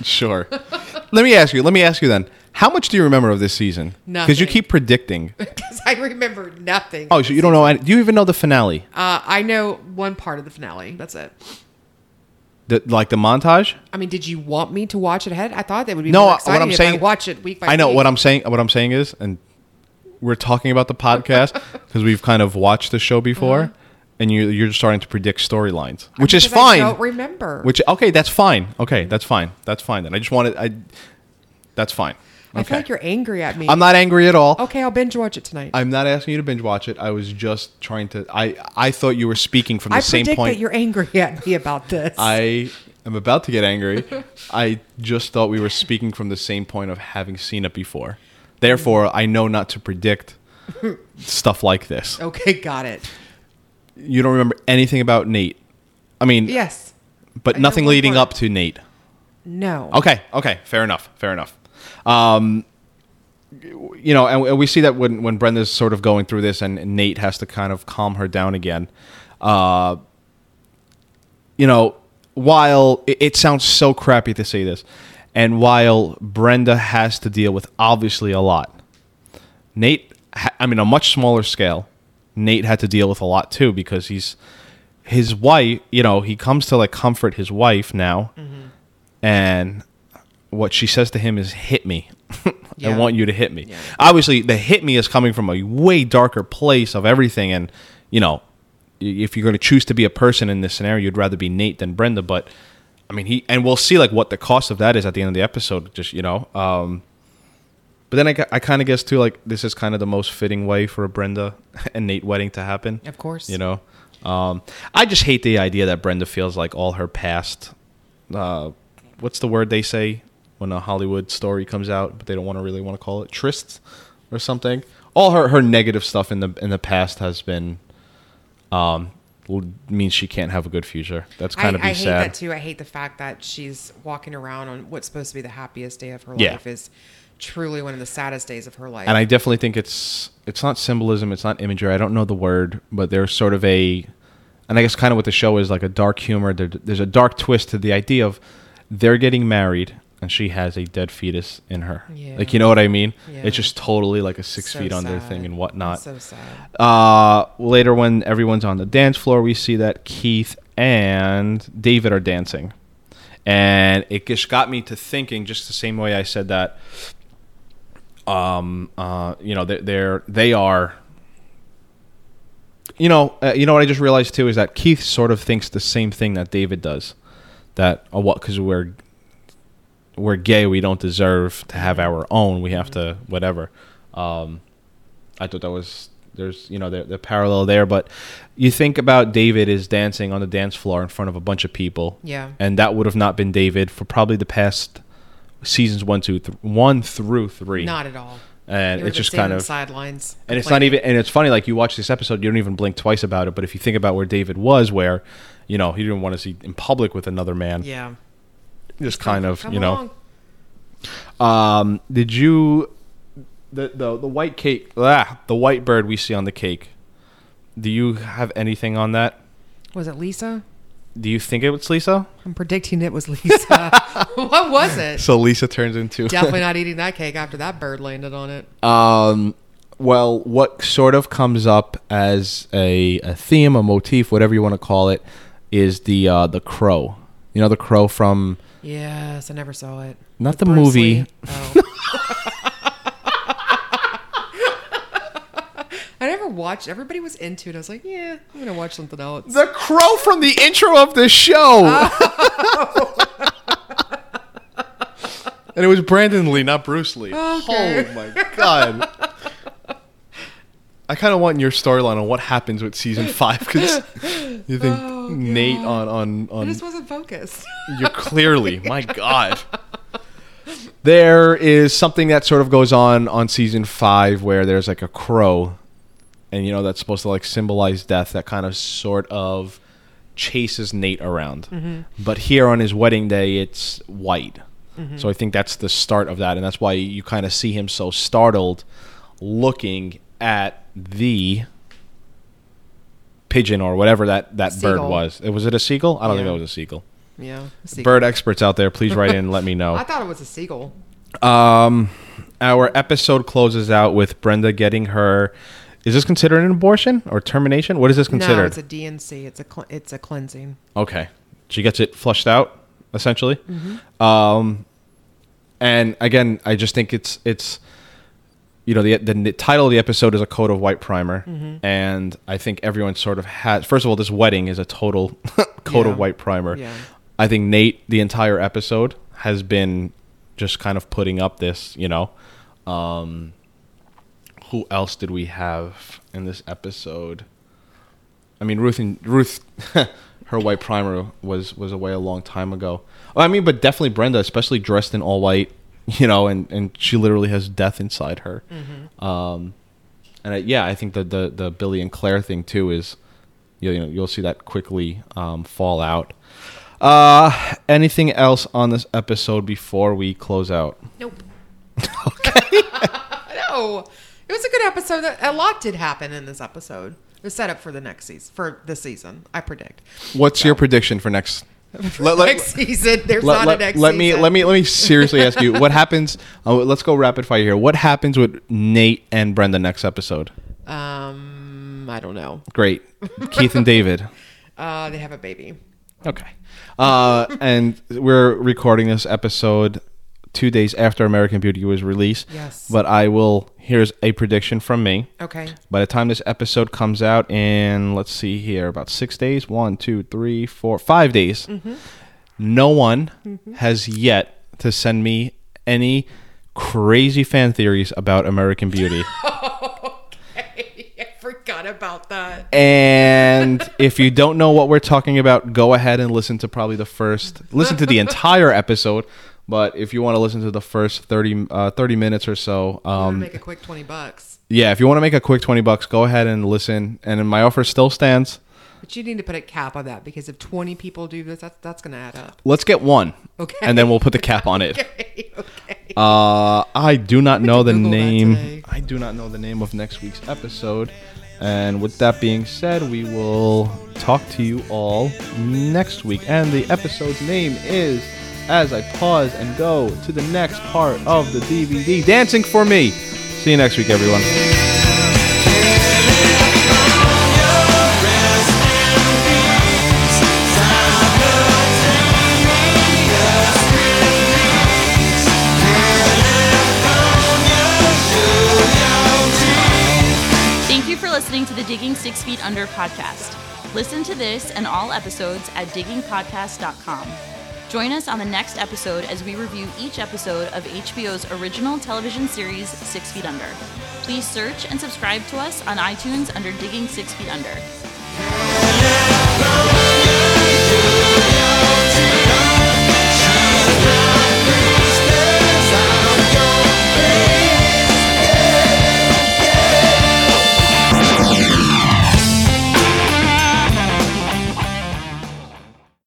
[SPEAKER 2] Sure. Let me ask you. Let me ask you then. How much do you remember of this season? Because you
[SPEAKER 3] Nothing.
[SPEAKER 2] keep predicting.
[SPEAKER 3] 'cause I remember nothing.
[SPEAKER 2] Oh, so you don't know. any- Do you even know the finale?
[SPEAKER 3] Uh, I know one part of the finale. That's it.
[SPEAKER 2] The, like the montage?
[SPEAKER 3] I mean, did you want me to watch it ahead? I thought that would be
[SPEAKER 2] No,
[SPEAKER 3] More
[SPEAKER 2] I- what
[SPEAKER 3] exciting
[SPEAKER 2] I'm
[SPEAKER 3] if
[SPEAKER 2] saying.
[SPEAKER 3] I watch it week by.
[SPEAKER 2] I know
[SPEAKER 3] week.
[SPEAKER 2] what I'm saying. What I'm saying is, and we're talking about the podcast because we've kind of watched the show before, and you, you're just starting to predict storylines, which is
[SPEAKER 3] Because Uh-huh. I
[SPEAKER 2] fine.
[SPEAKER 3] don't remember.
[SPEAKER 2] Which okay, that's fine. Okay, that's fine. That's fine. Then I just wanted. I. That's fine. Okay.
[SPEAKER 3] I feel like you're angry at me.
[SPEAKER 2] I'm not angry at all.
[SPEAKER 3] Okay, I'll binge watch it tonight.
[SPEAKER 2] I'm not asking you to binge watch it. I was just trying to. I I thought you were speaking from the
[SPEAKER 3] I
[SPEAKER 2] same
[SPEAKER 3] predict
[SPEAKER 2] point.
[SPEAKER 3] that you're angry at me about this.
[SPEAKER 2] I am about to get angry. I just thought we were speaking from the same point of having seen it before. Therefore, I know not to predict stuff like this.
[SPEAKER 3] okay, got it.
[SPEAKER 2] You don't remember anything about Nate. I mean,
[SPEAKER 3] Yes.
[SPEAKER 2] but
[SPEAKER 3] I know
[SPEAKER 2] nothing
[SPEAKER 3] one
[SPEAKER 2] leading
[SPEAKER 3] part.
[SPEAKER 2] up to Nate.
[SPEAKER 3] No.
[SPEAKER 2] Okay, okay, fair enough, fair enough. Um, you know, and, and we see that when when Brenda's sort of going through this, and Nate has to kind of calm her down again. Uh, you know, while it, it sounds so crappy to say this, and while Brenda has to deal with obviously a lot, Nate, ha- I mean, a much smaller scale, Nate had to deal with a lot too because he's his wife. You know, he comes to like comfort his wife now,
[SPEAKER 3] Mm-hmm.
[SPEAKER 2] and what she says to him is "hit me." I
[SPEAKER 3] Yeah.
[SPEAKER 2] want you to hit me.
[SPEAKER 3] Yeah.
[SPEAKER 2] Obviously, the hit me is coming from a way darker place of everything, and you know, i- if you're going to choose to be a person in this scenario, you'd rather be Nate than Brenda. But I mean, he and we'll see like what the cost of that is at the end of the episode. Just you know, um, but then I, ca- I kind of guess too, like this is kind of the most fitting way for a Brenda and Nate wedding to happen.
[SPEAKER 3] Of course.
[SPEAKER 2] you know. Um, I just hate the idea that Brenda feels like all her past. Uh, what's the word they say when a Hollywood story comes out, but they don't want to really want to call it trysts or something? All her her negative stuff in the in the past has been um, l- means she can't have a good future. That's
[SPEAKER 3] I,
[SPEAKER 2] kind of be
[SPEAKER 3] I hate
[SPEAKER 2] sad.
[SPEAKER 3] that too. I hate the fact that she's walking around on what's supposed to be the happiest day of her
[SPEAKER 2] Yeah.
[SPEAKER 3] life is truly one of the saddest days of her life.
[SPEAKER 2] and I definitely think it's it's not symbolism, it's not imagery. I don't know the word, but there's sort of a, and I guess kind of what the show is like a dark humor. There, there's a dark twist to the idea of they're getting married and she has a dead fetus in her.
[SPEAKER 3] Yeah.
[SPEAKER 2] Like you know what I mean?
[SPEAKER 3] Yeah.
[SPEAKER 2] It's just totally like a six
[SPEAKER 3] So
[SPEAKER 2] feet under
[SPEAKER 3] sad.
[SPEAKER 2] thing and whatnot.
[SPEAKER 3] So sad.
[SPEAKER 2] Uh, later, when everyone's on the dance floor, we see that Keith and David are dancing. And it just got me to thinking, just the same way I said that, um, uh, you know, they're, they're they are, you know, uh, you know what I just realized too is that Keith sort of thinks the same thing that David does, that oh, what because we're we're gay, we don't deserve to have our own, we have to whatever. Um, I thought that was there's you know the, the parallel there, but you think about David is dancing on the dance floor in front of a bunch of people,
[SPEAKER 3] Yeah.
[SPEAKER 2] and that would have not been David for probably the past seasons one, two, th- one through three,
[SPEAKER 3] Not at all.
[SPEAKER 2] and
[SPEAKER 3] You would've
[SPEAKER 2] it's just
[SPEAKER 3] seen
[SPEAKER 2] kind
[SPEAKER 3] them
[SPEAKER 2] of
[SPEAKER 3] sidelines.
[SPEAKER 2] and it's not even and it's funny like you watch this episode you don't even blink twice about it, but if you think about where David was, where you know he didn't want to see in public with another man,
[SPEAKER 3] Yeah.
[SPEAKER 2] just kind of
[SPEAKER 3] Come
[SPEAKER 2] you know.
[SPEAKER 3] along.
[SPEAKER 2] Um, did you the the the white cake ah, the white bird we see on the cake? Do you have anything on that?
[SPEAKER 3] Was it Lisa?
[SPEAKER 2] Do you think it was Lisa?
[SPEAKER 3] I'm predicting it was Lisa. what was it?
[SPEAKER 2] So Lisa turns into
[SPEAKER 3] Definitely not eating that cake after that bird landed on it.
[SPEAKER 2] um. Well, what sort of comes up as a, a theme, a motif, whatever you want to call it, is the uh, the crow. You know the crow from
[SPEAKER 3] Yes, I never saw it.
[SPEAKER 2] Not
[SPEAKER 3] With
[SPEAKER 2] the
[SPEAKER 3] Bruce
[SPEAKER 2] movie.
[SPEAKER 3] Lee. Oh. I never watched. Everybody was into it. I was like, yeah, I'm gonna watch something else.
[SPEAKER 2] the crow from the intro of the show.
[SPEAKER 3] Oh.
[SPEAKER 2] and it was Brandon Lee, not Bruce Lee.
[SPEAKER 3] Okay.
[SPEAKER 2] Oh my god. I kind of want your storyline on what happens with season five because you think
[SPEAKER 3] Oh,
[SPEAKER 2] Nate on on
[SPEAKER 3] I
[SPEAKER 2] on
[SPEAKER 3] just wasn't focused.
[SPEAKER 2] you're clearly, my God. There is something that sort of goes on on season five where there's like a crow, and you know that's supposed to like symbolize death. That kind of sort of chases Nate around.
[SPEAKER 3] Mm-hmm.
[SPEAKER 2] But here on his wedding day, it's white.
[SPEAKER 3] Mm-hmm.
[SPEAKER 2] So I think that's the start of that, and that's why you kind of see him so startled, looking at the pigeon or whatever that that bird
[SPEAKER 3] Seagull.
[SPEAKER 2] was. Was it a seagull? I don't think
[SPEAKER 3] Yeah.
[SPEAKER 2] that was a seagull
[SPEAKER 3] Yeah, a seagull.
[SPEAKER 2] bird experts out there, please write in and let me
[SPEAKER 3] I
[SPEAKER 2] know.
[SPEAKER 3] thought it was a seagull.
[SPEAKER 2] Um, our episode closes out with Brenda getting her. Is this considered an abortion or termination? What is this
[SPEAKER 3] No,
[SPEAKER 2] considered?
[SPEAKER 3] it's a DNC. It's a cle it's a cleansing.
[SPEAKER 2] okay, she gets it flushed out essentially.
[SPEAKER 3] Mm-hmm.
[SPEAKER 2] Um, and again, I just think it's it's you know the the n- title of the episode is a coat of white primer,
[SPEAKER 3] Mm-hmm.
[SPEAKER 2] and I think everyone sort of has. First of all, this wedding is a total coat
[SPEAKER 3] Yeah.
[SPEAKER 2] of white primer.
[SPEAKER 3] Yeah.
[SPEAKER 2] I think Nate the entire episode has been just kind of putting up this. You know, um, who else did we have in this episode? I mean, Ruth and Ruth, her white primer was was away a long time ago. Oh, I mean, but definitely Brenda, especially dressed in all white, you know, and and she literally has death inside her. Um, and I, yeah, I think the, the the Billy and Claire thing too is, you know, you'll see that quickly um, fall out. Uh, anything else on this episode before we close out?
[SPEAKER 3] Nope. okay. no, it was a good episode. A lot did happen in this episode. It was set up for the next season, for the season, I predict.
[SPEAKER 2] What's your prediction for next? Let, let-
[SPEAKER 3] next season, there's
[SPEAKER 2] let,
[SPEAKER 3] not
[SPEAKER 2] let-
[SPEAKER 3] a next
[SPEAKER 2] let
[SPEAKER 3] season.
[SPEAKER 2] me let me let me seriously ask you what happens uh, let's go rapid fire here what happens with nate and brenda next episode
[SPEAKER 3] Um, I don't know.
[SPEAKER 2] great keith and david
[SPEAKER 3] Uh, they have a baby.
[SPEAKER 2] okay uh, and we're recording this episode two days after american beauty was released
[SPEAKER 3] Yes.
[SPEAKER 2] but i will here's a prediction from me
[SPEAKER 3] Okay.
[SPEAKER 2] by the time this episode comes out in let's see here about six days one two three four five days
[SPEAKER 3] Mm-hmm.
[SPEAKER 2] no one has yet to send me any crazy fan theories about american beauty
[SPEAKER 3] Okay. I forgot about that.
[SPEAKER 2] and if you don't know what we're talking about go ahead and listen to probably the first listen to the entire episode but if you want to listen to the first 30 uh, 30 minutes or so
[SPEAKER 3] I'm
[SPEAKER 2] um,
[SPEAKER 3] gonna make a quick 20 bucks.
[SPEAKER 2] yeah if you want to make a quick 20 bucks go ahead and listen and my offer still stands
[SPEAKER 3] But But you need to put a cap on that because if 20 people do this, that's, that's going to add up.
[SPEAKER 2] Let's get one.
[SPEAKER 3] Okay.
[SPEAKER 2] And then we'll put the cap on it.
[SPEAKER 3] okay.
[SPEAKER 2] Uh, I do not know the
[SPEAKER 3] Google that
[SPEAKER 2] name.
[SPEAKER 3] today.
[SPEAKER 2] I do not know the name of next week's episode. And with that being said, we will talk to you all next week. And the episode's name is As I Pause and Go to the Next Part of the DVD Dancing for Me. See you next week, everyone.
[SPEAKER 1] Thank you for listening to the Digging Six Feet Under podcast. Listen to this and all episodes at diggingpodcast.com. Join us on the next episode as we review each episode of HBO's original television series, Six Feet Under. Please search and subscribe to us on iTunes under Digging Six Feet Under.